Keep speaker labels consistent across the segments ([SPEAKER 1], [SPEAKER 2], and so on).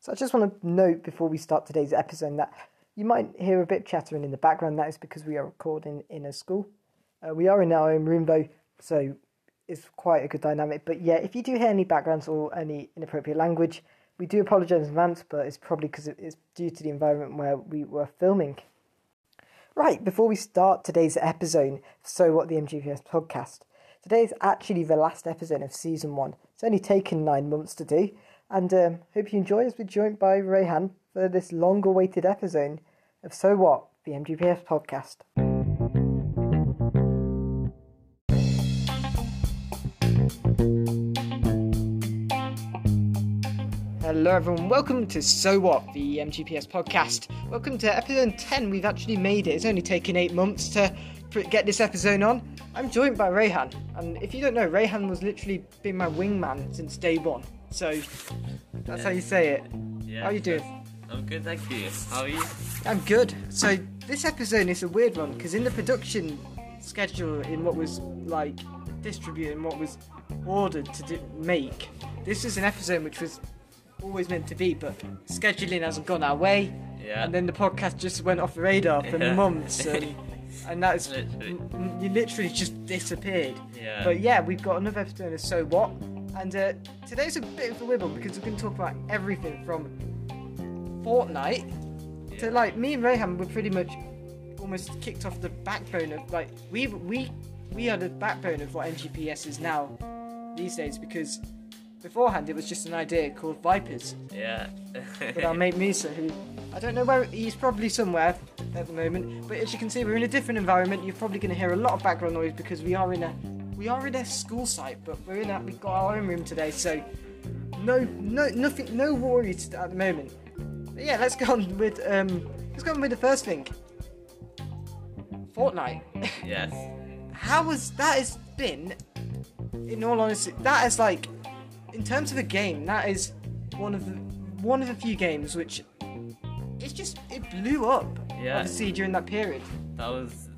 [SPEAKER 1] So I just want to note before we start today's episode that you might hear a bit of chattering in the background. That is because we are recording in a school. Uh, we are in our own room though, so it's quite a good dynamic. But yeah, if you do hear any backgrounds or any inappropriate language, we do apologise in advance, but it's probably because it's due to the environment where we were filming. Right, before we start today's episode, So What the MGPS podcast, today is actually the last episode of season one. It's only taken nine months to do, and um, hope you enjoy as we're joined by Rayhan for this long awaited episode of So What the MGPS podcast. Hello, everyone. Welcome to So What, the MGPS podcast. Welcome to episode 10. We've actually made it. It's only taken eight months to pr- get this episode on. I'm joined by Rayhan. And if you don't know, Rayhan was literally been my wingman since day one. So that's how you say it.
[SPEAKER 2] Yeah,
[SPEAKER 1] How you doing?
[SPEAKER 2] that's- I'm good, thank you. How are you?
[SPEAKER 1] I'm good. So this episode is a weird one because in the production schedule, in what was like distributed and what was ordered to do, make, this is an episode which was always meant to be, but scheduling hasn't gone our way,
[SPEAKER 2] Yeah.
[SPEAKER 1] and then the podcast just went off the radar for
[SPEAKER 2] Yeah.
[SPEAKER 1] months, and, and that's
[SPEAKER 2] Literally.
[SPEAKER 1] n- n- you literally just disappeared.
[SPEAKER 2] Yeah.
[SPEAKER 1] But yeah, we've got another episode of So What, and uh, today's a bit of a wibble because we're going to talk about everything from Fortnite so
[SPEAKER 2] Yeah.
[SPEAKER 1] like me and Raham were pretty much almost kicked off the backbone of like we we we are the backbone of what MGPS is now these days because beforehand it was just an idea called Vipers
[SPEAKER 2] yeah.
[SPEAKER 1] with our mate Musa who I don't know where he's probably somewhere at the moment but as you can see we're in a different environment you're probably going to hear a lot of background noise because we are in a we are in a school site but we're in a we've got our own room today so no no nothing no worries at the moment but yeah, let's go on with um, let's go on with the first thing. Fortnite.
[SPEAKER 2] yes.
[SPEAKER 1] How was that? Has been, in all honesty, that is like, in terms of a game, that is one of the one of the few games which it's just it blew up.
[SPEAKER 2] Yeah.
[SPEAKER 1] Obviously during that period.
[SPEAKER 2] That was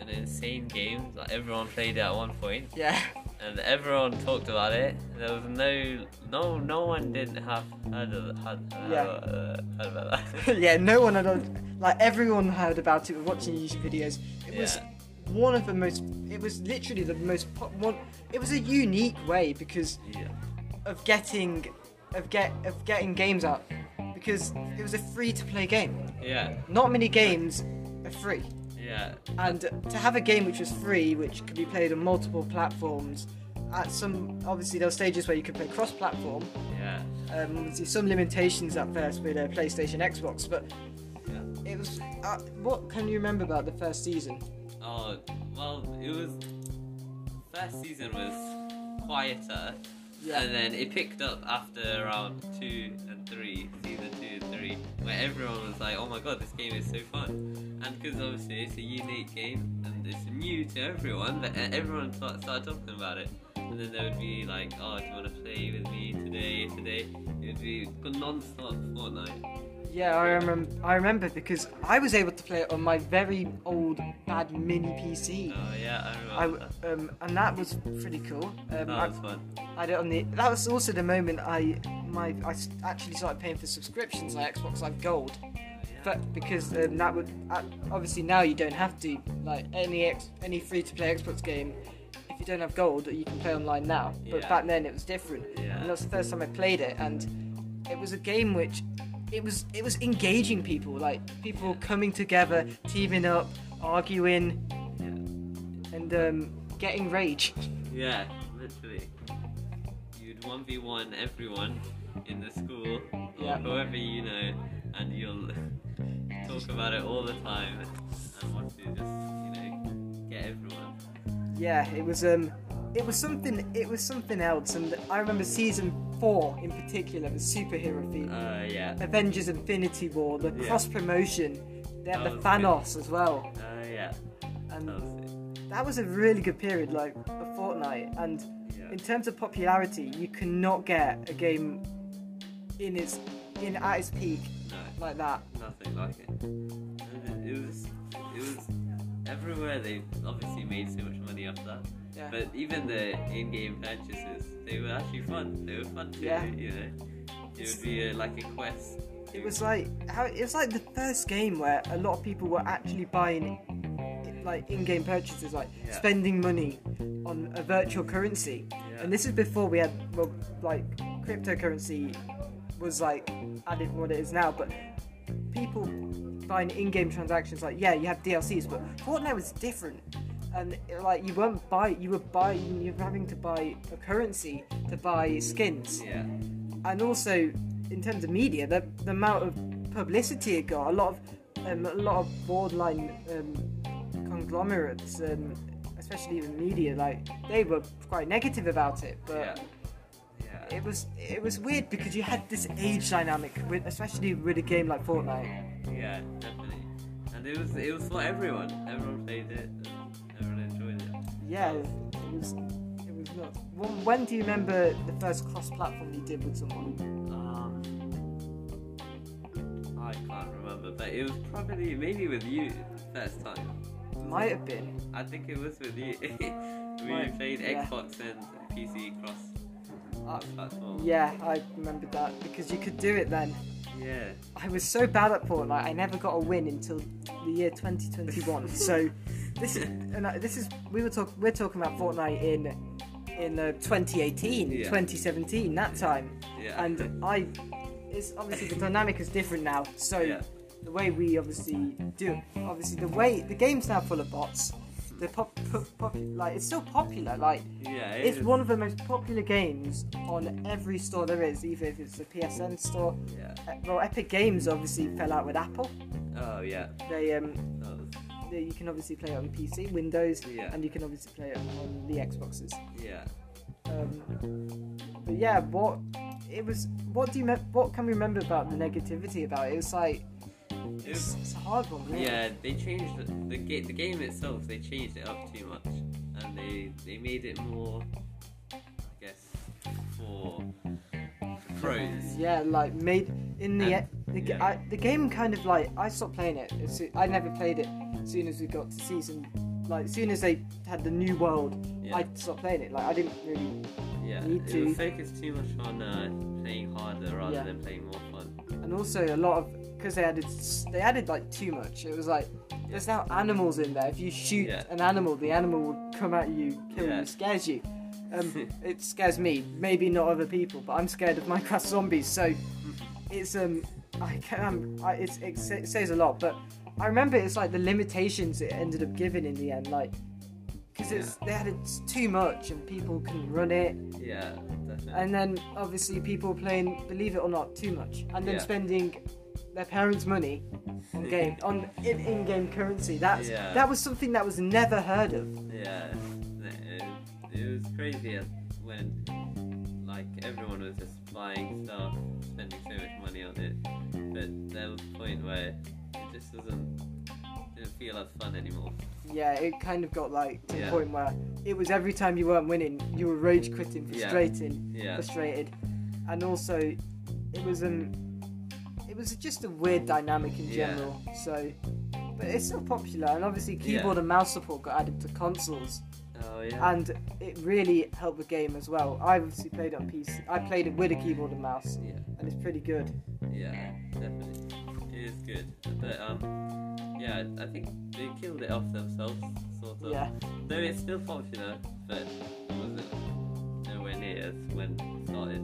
[SPEAKER 2] an insane game. Like everyone played it at one point,
[SPEAKER 1] Yeah.
[SPEAKER 2] and everyone talked about it. There was no, no, no one didn't have heard of had, had,
[SPEAKER 1] Yeah.
[SPEAKER 2] uh, heard about that.
[SPEAKER 1] yeah. No one had like everyone heard about it. Watching YouTube videos, it was
[SPEAKER 2] Yeah.
[SPEAKER 1] one of the most. It was literally the most. pop- One. It was a unique way because
[SPEAKER 2] yeah.
[SPEAKER 1] of getting of get of getting games out because it was a free to play game.
[SPEAKER 2] Yeah.
[SPEAKER 1] Not many games are free,
[SPEAKER 2] Yeah.
[SPEAKER 1] and to have a game which was free, which could be played on multiple platforms. At some, obviously, there were stages where you could play cross-platform.
[SPEAKER 2] Yeah.
[SPEAKER 1] Um, obviously, some limitations at first with uh, PlayStation, Xbox, but
[SPEAKER 2] Yeah.
[SPEAKER 1] it was. Uh, what can you remember about the first season?
[SPEAKER 2] Oh, well, it was. First season was quieter.
[SPEAKER 1] Yeah.
[SPEAKER 2] And then it picked up after around two and three, season two and three, where everyone was like, oh my god, this game is so fun. And because obviously it's a unique game and it's new to everyone, but e- everyone start, started talking about it. And then there would be like, oh, do you want to play with me today, today? It would be non stop Fortnite.
[SPEAKER 1] Yeah, I remember. I remember because I was able to play it on my very old bad mini PC.
[SPEAKER 2] Oh, yeah, I
[SPEAKER 1] I,
[SPEAKER 2] remember.
[SPEAKER 1] um, and that was pretty cool. Um,
[SPEAKER 2] that
[SPEAKER 1] I,
[SPEAKER 2] was fun.
[SPEAKER 1] I don't. Need, that was also the moment I my I s- actually started paying for subscriptions on Xbox Live Gold, but because um, that would uh, obviously now you don't have to like any X, any free to play Xbox game. If you don't have gold, you can play online now. But
[SPEAKER 2] Yeah.
[SPEAKER 1] back then it was different,
[SPEAKER 2] Yeah.
[SPEAKER 1] and that was the first time I played it, and it was a game which it was it was engaging people, like people coming together, teaming up, arguing,
[SPEAKER 2] Yeah.
[SPEAKER 1] and um, getting rage.
[SPEAKER 2] Yeah, literally. You'd 1v1 everyone in the school or
[SPEAKER 1] Yeah.
[SPEAKER 2] whoever you know, and you'll talk about it all the time and want to just, you know, get everyone.
[SPEAKER 1] Yeah, it was um, it was something it was something else, and I remember season four in particular, the superhero theme,
[SPEAKER 2] Uh, yeah.
[SPEAKER 1] Avengers Infinity War, the
[SPEAKER 2] Yeah.
[SPEAKER 1] cross promotion, they had
[SPEAKER 2] That
[SPEAKER 1] the
[SPEAKER 2] was
[SPEAKER 1] Thanos as well,
[SPEAKER 2] Uh, yeah.
[SPEAKER 1] and
[SPEAKER 2] That was
[SPEAKER 1] that was a really good period, like a fortnight, and
[SPEAKER 2] it. Yeah.
[SPEAKER 1] in terms of popularity, you cannot get a game in its in at its peak
[SPEAKER 2] No,
[SPEAKER 1] like that.
[SPEAKER 2] nothing like it. And It it was, it was everywhere. They obviously made so much money off that.
[SPEAKER 1] Yeah.
[SPEAKER 2] But even the in-game purchases, they were actually fun. They were fun too,
[SPEAKER 1] Yeah.
[SPEAKER 2] you know. It would be a, like a quest.
[SPEAKER 1] It was like how it was like the first game where a lot of people were actually buying like in-game purchases, like
[SPEAKER 2] Yeah.
[SPEAKER 1] spending money on a virtual currency. And this is before we had well, like cryptocurrency was like added what it is now, but people buying in-game transactions like yeah, you have DLCs, but Fortnite was different. And like you weren't buy, you were buying, you were having to buy a currency to buy skins
[SPEAKER 2] Yeah.
[SPEAKER 1] and also in terms of media, the, the amount of publicity it got, a lot of um, a lot of borderline um, conglomerates, um, especially in media, like they were quite negative about it.
[SPEAKER 2] Yeah.
[SPEAKER 1] But
[SPEAKER 2] Yeah.
[SPEAKER 1] it was it was weird because you had this age dynamic, with, especially with a game like Fortnite.
[SPEAKER 2] Yeah, definitely. And it was it was for everyone. Everyone played it. And everyone enjoyed it.
[SPEAKER 1] Yeah, it was it was nuts. When, when do you remember the first cross-platform you did with someone?
[SPEAKER 2] Um, I can't remember, but it was probably maybe with you the first time.
[SPEAKER 1] Might have been.
[SPEAKER 2] I think it was with you. we
[SPEAKER 1] Right,
[SPEAKER 2] played
[SPEAKER 1] yeah.
[SPEAKER 2] Xbox and PC cross
[SPEAKER 1] Uh,
[SPEAKER 2] platform.
[SPEAKER 1] Yeah, I remember that because you could do it then.
[SPEAKER 2] Yeah.
[SPEAKER 1] I was so bad at Fortnite, I never got a win until the year 2021. so this is and I, this is we were talk we're talking about Fortnite in in uh, 2018,
[SPEAKER 2] Yeah.
[SPEAKER 1] 2017 that time,
[SPEAKER 2] Yeah.
[SPEAKER 1] and I it's obviously the dynamic is different now. So
[SPEAKER 2] Yeah.
[SPEAKER 1] the way we obviously do obviously the way the game's now full of bots. They're pop, pop, pop like it's still popular like.
[SPEAKER 2] yeah. it
[SPEAKER 1] It's
[SPEAKER 2] is.
[SPEAKER 1] one of the most popular games on every store there is, either if it's the PSN store,
[SPEAKER 2] Yeah.
[SPEAKER 1] uh, well, Epic Games obviously fell out with Apple.
[SPEAKER 2] Oh yeah.
[SPEAKER 1] They um,
[SPEAKER 2] That was,
[SPEAKER 1] they, you can obviously play it on PC, Windows,
[SPEAKER 2] Yeah.
[SPEAKER 1] and you can obviously play it on the Xboxes.
[SPEAKER 2] yeah.
[SPEAKER 1] Um, but yeah, what it was, what do you me- what can we remember about the negativity about it? It was like
[SPEAKER 2] It
[SPEAKER 1] it's,
[SPEAKER 2] was,
[SPEAKER 1] it's a hard one. Really.
[SPEAKER 2] yeah. They changed the, the game. The game itself. They changed it up too much, and they they made it more. I guess for pros.
[SPEAKER 1] Yeah, like made in the e,
[SPEAKER 2] And-
[SPEAKER 1] the, ga-
[SPEAKER 2] yeah.
[SPEAKER 1] I, the game kind of like I stopped playing it. As soo- I never played it. As soon as we got to season, like as soon as they had the new world,
[SPEAKER 2] Yeah.
[SPEAKER 1] I stopped playing it. Like I didn't really
[SPEAKER 2] Yeah.
[SPEAKER 1] Me
[SPEAKER 2] It
[SPEAKER 1] too.
[SPEAKER 2] was focused too much on uh, playing harder rather
[SPEAKER 1] Yeah.
[SPEAKER 2] than playing more fun.
[SPEAKER 1] and also a lot of because they added they added like too much. It was like there's now animals in there. If you shoot
[SPEAKER 2] Yeah.
[SPEAKER 1] an animal, the animal will come at you, kill
[SPEAKER 2] Yeah.
[SPEAKER 1] you, scares you. Um, it scares me. Maybe not other people, but I'm scared of Minecraft zombies. So it's um I can um, I, it's, it sa- it says a lot, but I remember it's like the limitations it ended up giving in the end, like. Because it's they added too much and people can run it,
[SPEAKER 2] Yeah. Definitely.
[SPEAKER 1] and then obviously people playing believe it or not too much and then
[SPEAKER 2] Yeah.
[SPEAKER 1] spending their parents money on game on in, in-game currency that's
[SPEAKER 2] Yeah.
[SPEAKER 1] that was something that was never heard of
[SPEAKER 2] Yeah, it, it was crazy at- when like everyone was just buying stuff, spending so much money on it. But there was a point where it just doesn't didn't feel as fun anymore.
[SPEAKER 1] yeah it kind of got like to the
[SPEAKER 2] Yeah.
[SPEAKER 1] point where it was every time you weren't winning you were rage quitting
[SPEAKER 2] Yeah.
[SPEAKER 1] frustrating
[SPEAKER 2] Yeah,
[SPEAKER 1] frustrated and also it was um it was just a weird dynamic in
[SPEAKER 2] Yeah.
[SPEAKER 1] general so but it's still popular and obviously keyboard and mouse support got added to consoles
[SPEAKER 2] oh yeah,
[SPEAKER 1] and it really helped the game as well. I obviously played it on PC. I played it with a keyboard and mouse,
[SPEAKER 2] yeah,
[SPEAKER 1] and it's pretty good.
[SPEAKER 2] yeah, definitely. It is good, but um, yeah, I think they killed it off themselves, sort of.
[SPEAKER 1] Yeah,
[SPEAKER 2] Though it's still popular, but it wasn't nowhere near as when it started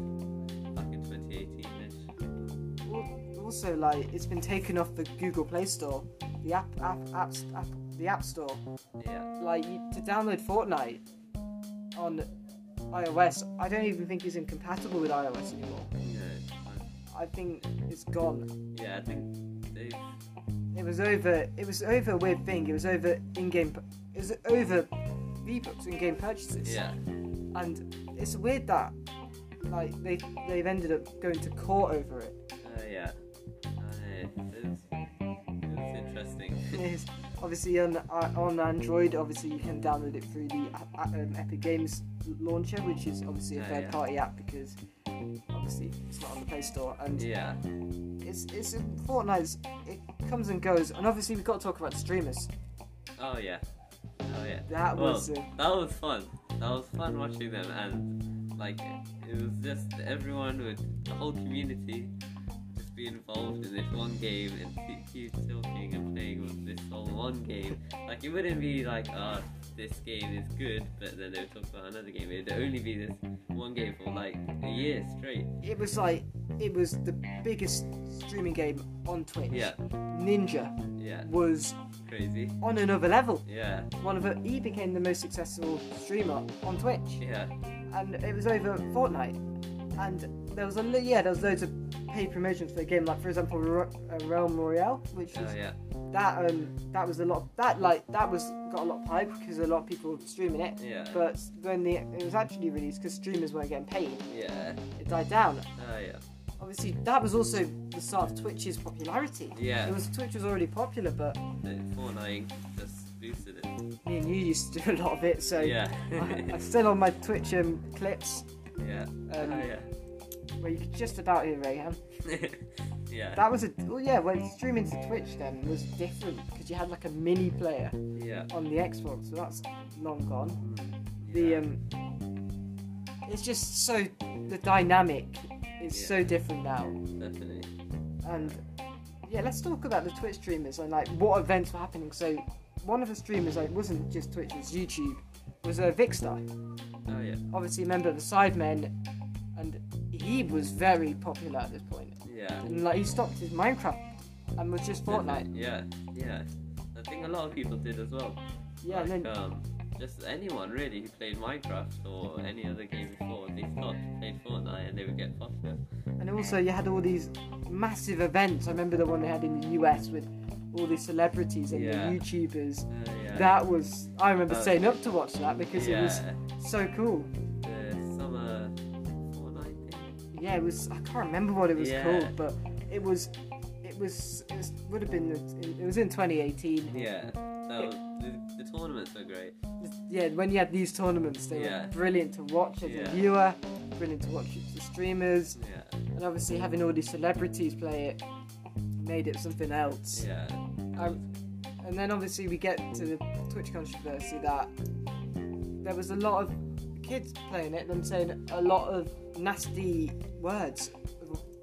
[SPEAKER 2] back in 2018ish.
[SPEAKER 1] Al- Also, like it's been taken off the Google Play Store, the app, app, app, app the App Store.
[SPEAKER 2] Yeah,
[SPEAKER 1] Like you, to download Fortnite on iOS, I don't even think it's incompatible with iOS anymore.
[SPEAKER 2] no, I-
[SPEAKER 1] I think it's gone.
[SPEAKER 2] Uh, Yeah, I think they've.
[SPEAKER 1] It was over. It was over a weird thing. It was over in-game. pu- It was over V-Bucks in-game purchases.
[SPEAKER 2] Yeah,
[SPEAKER 1] and it's weird that like they they've ended up going to court over it.
[SPEAKER 2] uh, yeah. I know. It's, it's interesting.
[SPEAKER 1] It's obviously on uh, on Android, obviously you can download it through the uh, uh, um, Epic Games launcher, which is obviously a
[SPEAKER 2] Oh, yeah.
[SPEAKER 1] third party app because obviously it's not on the Play Store and
[SPEAKER 2] yeah,
[SPEAKER 1] it's it's in Fortnite's it comes and goes. And obviously we've got to talk about streamers.
[SPEAKER 2] oh yeah, oh yeah.
[SPEAKER 1] That
[SPEAKER 2] Well,
[SPEAKER 1] was uh,
[SPEAKER 2] That was fun. That was fun watching them and like it was just everyone would the whole community just be involved in this one game and keep, keep talking and playing with this whole one game. Like it wouldn't be like ah this game is good, but then they would talk about another game. It'd only be this one game for like a year straight.
[SPEAKER 1] It was like it was the biggest streaming game on Twitch.
[SPEAKER 2] Yeah,
[SPEAKER 1] Ninja
[SPEAKER 2] yeah,
[SPEAKER 1] was
[SPEAKER 2] crazy.
[SPEAKER 1] on another level.
[SPEAKER 2] Yeah,
[SPEAKER 1] One of the, he became the most successful streamer on Twitch,
[SPEAKER 2] yeah,
[SPEAKER 1] and it was over Fortnite. And there was a lo- yeah, there was loads of paid promotions for the game. Like for example, Ro- uh, Realm Royale, which
[SPEAKER 2] oh
[SPEAKER 1] was
[SPEAKER 2] yeah,
[SPEAKER 1] that um that was a lot that like that was got a lot of hype because a lot of people were streaming it.
[SPEAKER 2] yeah,
[SPEAKER 1] But when the it was actually released, because streamers weren't getting paid,
[SPEAKER 2] yeah,
[SPEAKER 1] it died down.
[SPEAKER 2] oh yeah,
[SPEAKER 1] Obviously, that was also the start of Twitch's popularity.
[SPEAKER 2] yeah.
[SPEAKER 1] It was Twitch was already popular, but
[SPEAKER 2] The Fortnite just boosted it.
[SPEAKER 1] me and you used to do a lot of it. So
[SPEAKER 2] Yeah,
[SPEAKER 1] I, I'm still on my Twitch um, clips
[SPEAKER 2] yeah,
[SPEAKER 1] um,
[SPEAKER 2] oh
[SPEAKER 1] where you could just about hear Rayham.
[SPEAKER 2] yeah, yeah.
[SPEAKER 1] That was a oh yeah, when streaming to Twitch then was different because you had like a mini player
[SPEAKER 2] Yeah.
[SPEAKER 1] on the Xbox, so that's long gone. the
[SPEAKER 2] yeah.
[SPEAKER 1] um it's just so the dynamic is
[SPEAKER 2] Yeah.
[SPEAKER 1] so different now
[SPEAKER 2] definitely.
[SPEAKER 1] and yeah let's talk about the twitch streamers and like what events were happening so one of the streamers like wasn't just twitch it was youtube was a uh, vicstar
[SPEAKER 2] Oh yeah,
[SPEAKER 1] obviously a member of the sidemen and he was very popular at this point
[SPEAKER 2] yeah.
[SPEAKER 1] and like he stopped his minecraft and was just fortnite
[SPEAKER 2] Definitely, Yeah, yeah. I think a lot of people did as well.
[SPEAKER 1] yeah and
[SPEAKER 2] like,
[SPEAKER 1] then
[SPEAKER 2] um, just anyone really who played Minecraft or any other game before, they stopped, played Fortnite, and they would get popular.
[SPEAKER 1] And also, you had all these massive events. I remember the one they had in the US with all these celebrities and
[SPEAKER 2] Yeah.
[SPEAKER 1] the YouTubers.
[SPEAKER 2] Uh, yeah.
[SPEAKER 1] That was, I remember
[SPEAKER 2] Oh.
[SPEAKER 1] staying up to watch that because
[SPEAKER 2] yeah.
[SPEAKER 1] it was so cool.
[SPEAKER 2] The summer Fortnite thing.
[SPEAKER 1] Yeah, it was, I can't remember what it was
[SPEAKER 2] Yeah.
[SPEAKER 1] called, but it was, it was, it was, would have been, it was in 2018.
[SPEAKER 2] Yeah. That was, the, the tournaments were great.
[SPEAKER 1] Yeah, when you had these tournaments, they
[SPEAKER 2] Yeah.
[SPEAKER 1] were brilliant to watch as
[SPEAKER 2] Yeah.
[SPEAKER 1] a viewer, brilliant to watch as the streamers,
[SPEAKER 2] Yeah.
[SPEAKER 1] and obviously having all these celebrities play it made it something else.
[SPEAKER 2] Yeah.
[SPEAKER 1] Um, and then obviously we get to the Twitch controversy that there was a lot of kids playing it and saying a lot of nasty words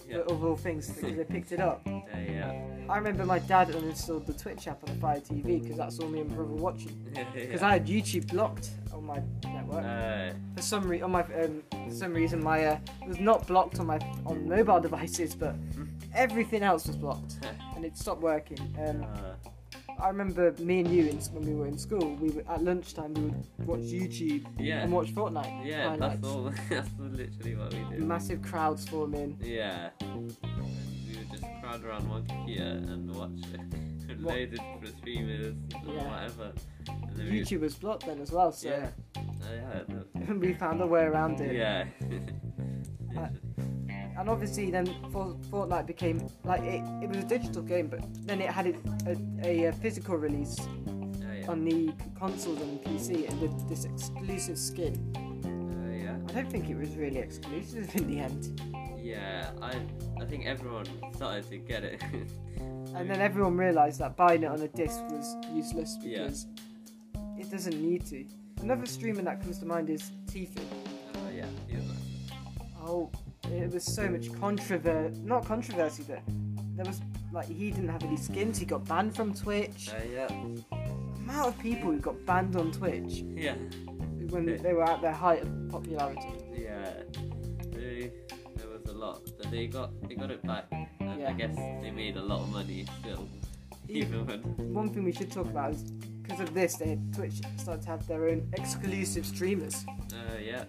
[SPEAKER 2] Yeah.
[SPEAKER 1] of all things because they picked it up.
[SPEAKER 2] Uh, yeah.
[SPEAKER 1] I remember my dad uninstalled the Twitch app on the Fire TV because that's all me and brother watching. Because
[SPEAKER 2] yeah.
[SPEAKER 1] I had YouTube blocked on my network
[SPEAKER 2] Uh,
[SPEAKER 1] for some re- on my um, for some reason my uh, it was not blocked on my on mobile devices, but
[SPEAKER 2] Mm-hmm.
[SPEAKER 1] everything else was blocked and it stopped working. Um,
[SPEAKER 2] uh,
[SPEAKER 1] I remember me and you in, when we were in school. We were, at lunchtime we would watch YouTube
[SPEAKER 2] yeah.
[SPEAKER 1] and watch Fortnite.
[SPEAKER 2] Yeah,
[SPEAKER 1] highlights.
[SPEAKER 2] that's all. That's literally what we did.
[SPEAKER 1] Massive crowds forming.
[SPEAKER 2] Yeah. And we would just crowd around one computer and watch it.
[SPEAKER 1] What-
[SPEAKER 2] Loaded for streamers and
[SPEAKER 1] Yeah.
[SPEAKER 2] whatever. And then we-
[SPEAKER 1] YouTube was blocked then as well, so
[SPEAKER 2] Yeah. Oh, yeah. the-
[SPEAKER 1] we found a way around it.
[SPEAKER 2] Yeah.
[SPEAKER 1] Uh, And obviously then For- Fortnite became like it, it was a digital game, but then it had it, a, a, uh physical release
[SPEAKER 2] Oh, yeah.
[SPEAKER 1] on the consoles and PC and with this exclusive skin.
[SPEAKER 2] Oh, yeah.
[SPEAKER 1] I don't think it was really exclusive in the end.
[SPEAKER 2] Yeah. I I think everyone started to get it.
[SPEAKER 1] And then everyone realised that buying it on a disc was useless
[SPEAKER 2] Yeah.
[SPEAKER 1] because it doesn't need to. Another streamer that comes to mind is Tifu.
[SPEAKER 2] oh yeah. he was like-
[SPEAKER 1] Oh, it was so much controversy. Not controversy, but there was like he didn't have any skins. He got banned from Twitch.
[SPEAKER 2] Oh yeah.
[SPEAKER 1] The amount of people who got banned on Twitch
[SPEAKER 2] Yeah.
[SPEAKER 1] when they were at their height of popularity.
[SPEAKER 2] Yeah. Really, there was a lot, but they got they got it back, and I
[SPEAKER 1] Yeah.
[SPEAKER 2] guess they made a lot of money still, even when.
[SPEAKER 1] One thing we should talk about is because of this, they Twitch started to have their own exclusive streamers.
[SPEAKER 2] Uh, yeah.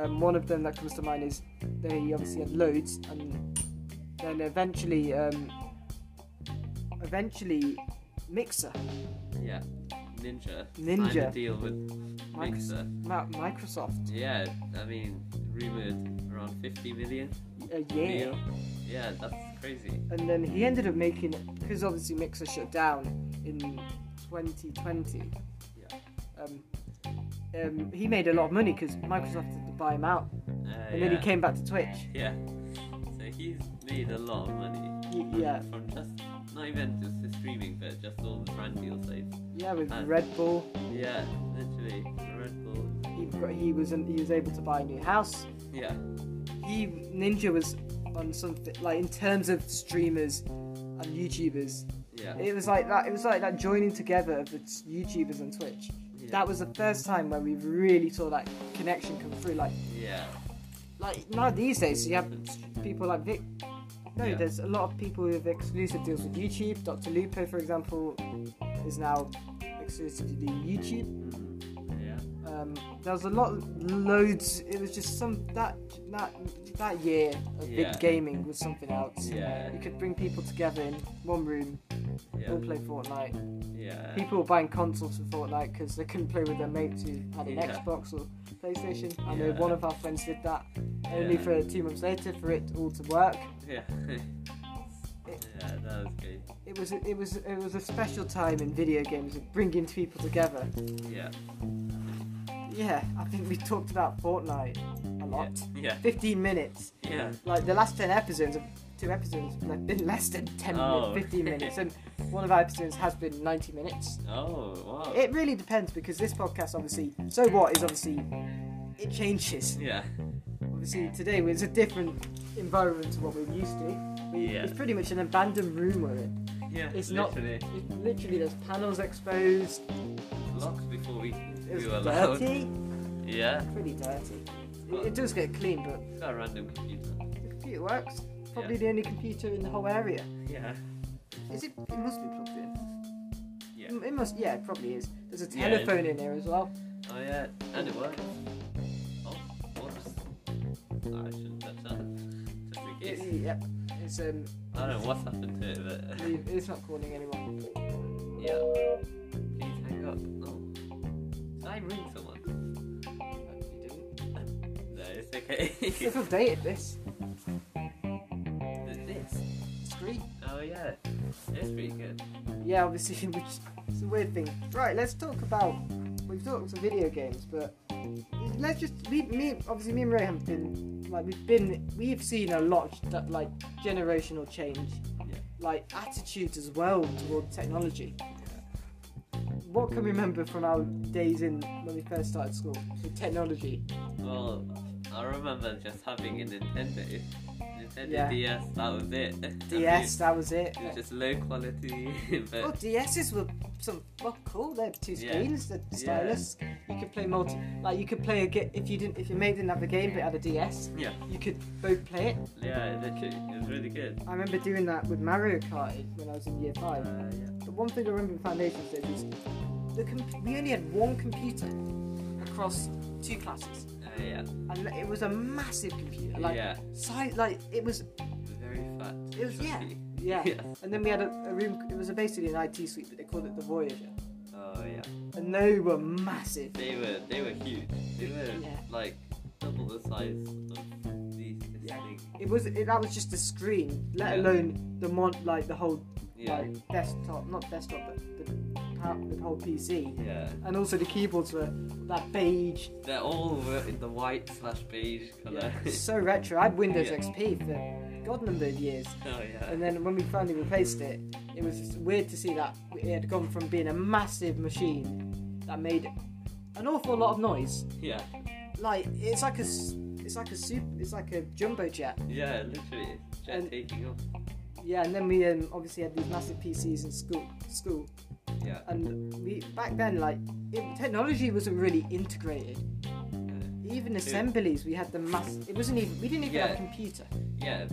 [SPEAKER 1] Um, one of them that comes to mind is they obviously had loads, and then eventually, um, eventually, Mixer,
[SPEAKER 2] Yeah, Ninja.
[SPEAKER 1] Ninja.
[SPEAKER 2] Signed a deal with
[SPEAKER 1] Microsoft,
[SPEAKER 2] Mixer.
[SPEAKER 1] Ma- Microsoft
[SPEAKER 2] Yeah, I mean, rumored around 50 million.
[SPEAKER 1] a year,
[SPEAKER 2] Deal. Yeah, that's crazy.
[SPEAKER 1] uh, and then he ended up making because obviously Mixer shut down in 2020.
[SPEAKER 2] Yeah.
[SPEAKER 1] Um, um, he made a lot of money because Microsoft had to buy him out,
[SPEAKER 2] Uh,
[SPEAKER 1] and
[SPEAKER 2] yeah.
[SPEAKER 1] then he came back to Twitch.
[SPEAKER 2] Yeah. So he's made a lot of money.
[SPEAKER 1] Y-
[SPEAKER 2] from-
[SPEAKER 1] yeah.
[SPEAKER 2] From just not even just the streaming, but just all the brand deals. Like,
[SPEAKER 1] Yeah, with
[SPEAKER 2] Uh,
[SPEAKER 1] Red Bull,
[SPEAKER 2] yeah, literally Red Bull.
[SPEAKER 1] he fr- he was in, he was able to buy a new house.
[SPEAKER 2] Yeah.
[SPEAKER 1] He Ninja was on something like in terms of streamers and YouTubers.
[SPEAKER 2] Yeah.
[SPEAKER 1] It was like that. It was like that joining together of the t- YouTubers and Twitch.
[SPEAKER 2] Yeah.
[SPEAKER 1] That was the first time where we really saw that connection come through. Like
[SPEAKER 2] Yeah.
[SPEAKER 1] like now these days you have people like Vic. No,
[SPEAKER 2] Yeah.
[SPEAKER 1] there's a lot of people with exclusive deals with YouTube. Dr. Lupo, for example, is now exclusively doing YouTube.
[SPEAKER 2] Yeah.
[SPEAKER 1] Um, there was a lot, loads. It was just some that that that year of
[SPEAKER 2] Yeah.
[SPEAKER 1] big gaming was something else.
[SPEAKER 2] Yeah.
[SPEAKER 1] You could bring people together in one room, all
[SPEAKER 2] Yeah.
[SPEAKER 1] play Fortnite.
[SPEAKER 2] Yeah.
[SPEAKER 1] People were buying consoles for Fortnite because they couldn't play with their mates who had an
[SPEAKER 2] Yeah.
[SPEAKER 1] Xbox or PlayStation. I know
[SPEAKER 2] Yeah.
[SPEAKER 1] one of our friends did that. Only
[SPEAKER 2] Yeah.
[SPEAKER 1] for two months later for it all to work.
[SPEAKER 2] Yeah. yeah, that was good.
[SPEAKER 1] It was it was it was a special time in video games, of bringing people together.
[SPEAKER 2] Yeah.
[SPEAKER 1] Yeah, I think we talked about Fortnite a lot.
[SPEAKER 2] Yeah.
[SPEAKER 1] 15 minutes.
[SPEAKER 2] Yeah.
[SPEAKER 1] like the last 10 episodes of two episodes have been less than 10
[SPEAKER 2] Oh.
[SPEAKER 1] minutes 15 minutes and one of our episodes has been 90 minutes
[SPEAKER 2] Oh, wow.
[SPEAKER 1] it really depends because this podcast obviously so what is obviously it changes
[SPEAKER 2] yeah.
[SPEAKER 1] obviously today was a different environment to what we're used to We-
[SPEAKER 2] Yeah.
[SPEAKER 1] it's pretty much an abandoned room we're in
[SPEAKER 2] Yeah.
[SPEAKER 1] it's not-
[SPEAKER 2] literally.
[SPEAKER 1] It- literally there's panels exposed
[SPEAKER 2] Locked before we,
[SPEAKER 1] it's
[SPEAKER 2] we were allowed.
[SPEAKER 1] dirty
[SPEAKER 2] Yeah.
[SPEAKER 1] pretty dirty it, it does get clean but
[SPEAKER 2] It's got a random computer.
[SPEAKER 1] the computer works probably the only computer in the whole area
[SPEAKER 2] Yeah.
[SPEAKER 1] is it it must be plugged in
[SPEAKER 2] Yeah.
[SPEAKER 1] Mm, It must, yeah, it probably is. There's a
[SPEAKER 2] Yeah, it-
[SPEAKER 1] telephone in there as well.
[SPEAKER 2] Oh, yeah. And it works. Oh, whoops. I shouldn't touch that. Just in
[SPEAKER 1] It-
[SPEAKER 2] case.
[SPEAKER 1] yep. It's um,
[SPEAKER 2] I don't know what's happened to it, but.
[SPEAKER 1] we- it's not calling anyone.
[SPEAKER 2] Yeah. Please hang up. No. oh. Did I ring someone? No, it's okay.
[SPEAKER 1] They've updated this
[SPEAKER 2] this.
[SPEAKER 1] screen.
[SPEAKER 2] Oh yeah. It's pretty good.
[SPEAKER 1] Yeah, obviously, which is a weird thing. Right, let's talk about. We've talked some video games, but let's just we, me. Obviously, me and Ray have been like we've been we've seen a lot that like generational change,
[SPEAKER 2] Yeah.
[SPEAKER 1] like attitudes as well toward technology. What can we remember from our days in when we first started school with technology?
[SPEAKER 2] Well, I remember just having a Nintendo. Nintendo
[SPEAKER 1] Yeah.
[SPEAKER 2] DS, that was it. I mean,
[SPEAKER 1] DS, that was it.
[SPEAKER 2] it was just low quality, but
[SPEAKER 1] Well, DS's were some well cool. They had two
[SPEAKER 2] Yeah.
[SPEAKER 1] screens, the stylus. You could play multi, like you could play a ga- if you didn't if your mate didn't have a game but had a DS.
[SPEAKER 2] Yeah.
[SPEAKER 1] You could both play it.
[SPEAKER 2] yeah, literally, it was really good.
[SPEAKER 1] I remember doing that with Mario Kart when I was in year
[SPEAKER 2] Uh,
[SPEAKER 1] five.
[SPEAKER 2] yeah.
[SPEAKER 1] The one thing I remember in foundations days was the com- we only had one computer across two classes,
[SPEAKER 2] Uh, yeah.
[SPEAKER 1] and it was a massive computer. Like
[SPEAKER 2] yeah.
[SPEAKER 1] size, like it was
[SPEAKER 2] Very fat.
[SPEAKER 1] It was- yeah.
[SPEAKER 2] chunky.
[SPEAKER 1] yeah. And then we had a, a room. It was basically an IT suite, but they called it the Voyager.
[SPEAKER 2] Oh yeah.
[SPEAKER 1] and they were massive.
[SPEAKER 2] They were they were huge. They were
[SPEAKER 1] Yeah.
[SPEAKER 2] like double the size of these this
[SPEAKER 1] Yeah.
[SPEAKER 2] thing.
[SPEAKER 1] It was it, that was just a screen, let
[SPEAKER 2] Yeah.
[SPEAKER 1] alone the mon like the whole
[SPEAKER 2] Yeah.
[SPEAKER 1] like desktop, not desktop, but the, pa- the whole PC.
[SPEAKER 2] Yeah.
[SPEAKER 1] And also the keyboards were that beige,
[SPEAKER 2] They're all were in the white slash beige colour.
[SPEAKER 1] so retro. I had Windows
[SPEAKER 2] Yeah.
[SPEAKER 1] XP for god number of years,
[SPEAKER 2] oh yeah.
[SPEAKER 1] and then when we finally replaced it, it was just weird to see that it had gone from being a massive machine that made an awful lot of noise.
[SPEAKER 2] yeah.
[SPEAKER 1] Like it's like a s- it's like a soup it's like a jumbo jet.
[SPEAKER 2] Yeah, literally. it's Jet
[SPEAKER 1] And-
[SPEAKER 2] taking off.
[SPEAKER 1] Yeah, and then we um, obviously had these massive PCs in school. School,
[SPEAKER 2] Yeah.
[SPEAKER 1] and we back then like it, technology wasn't really integrated. Even assemblies, we had the mass. It wasn't even. We didn't even have a
[SPEAKER 2] Yeah.
[SPEAKER 1] computer.
[SPEAKER 2] Yeah.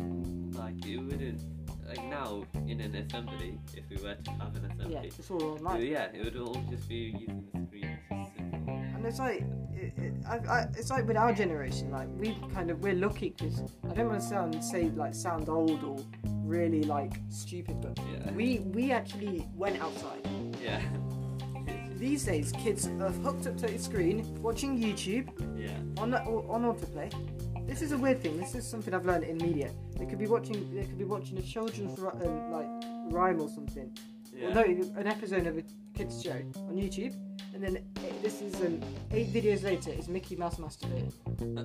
[SPEAKER 2] Like it wouldn't like now in an assembly, if we were to have an
[SPEAKER 1] Yeah,
[SPEAKER 2] assembly.
[SPEAKER 1] it's all
[SPEAKER 2] Yeah,
[SPEAKER 1] online.
[SPEAKER 2] yeah it would all just be using the screen. It's just simple.
[SPEAKER 1] And it's like, it, it, I, I, it's like with our generation, like we kind of we're lucky because I don't want to sound say like sound old or really like stupid, but
[SPEAKER 2] Yeah.
[SPEAKER 1] we we actually went outside.
[SPEAKER 2] Yeah.
[SPEAKER 1] These days, kids are hooked up to the screen, watching YouTube.
[SPEAKER 2] yeah.
[SPEAKER 1] on on autoplay. This is a weird thing. This is something I've learned in media. They could be watching. They could be watching a children's ri- um, like rhyme or something.
[SPEAKER 2] Yeah.
[SPEAKER 1] Or no, an episode of a kids show on YouTube, and then it, this is um, eight videos later. It's Mickey Mouse masturbating.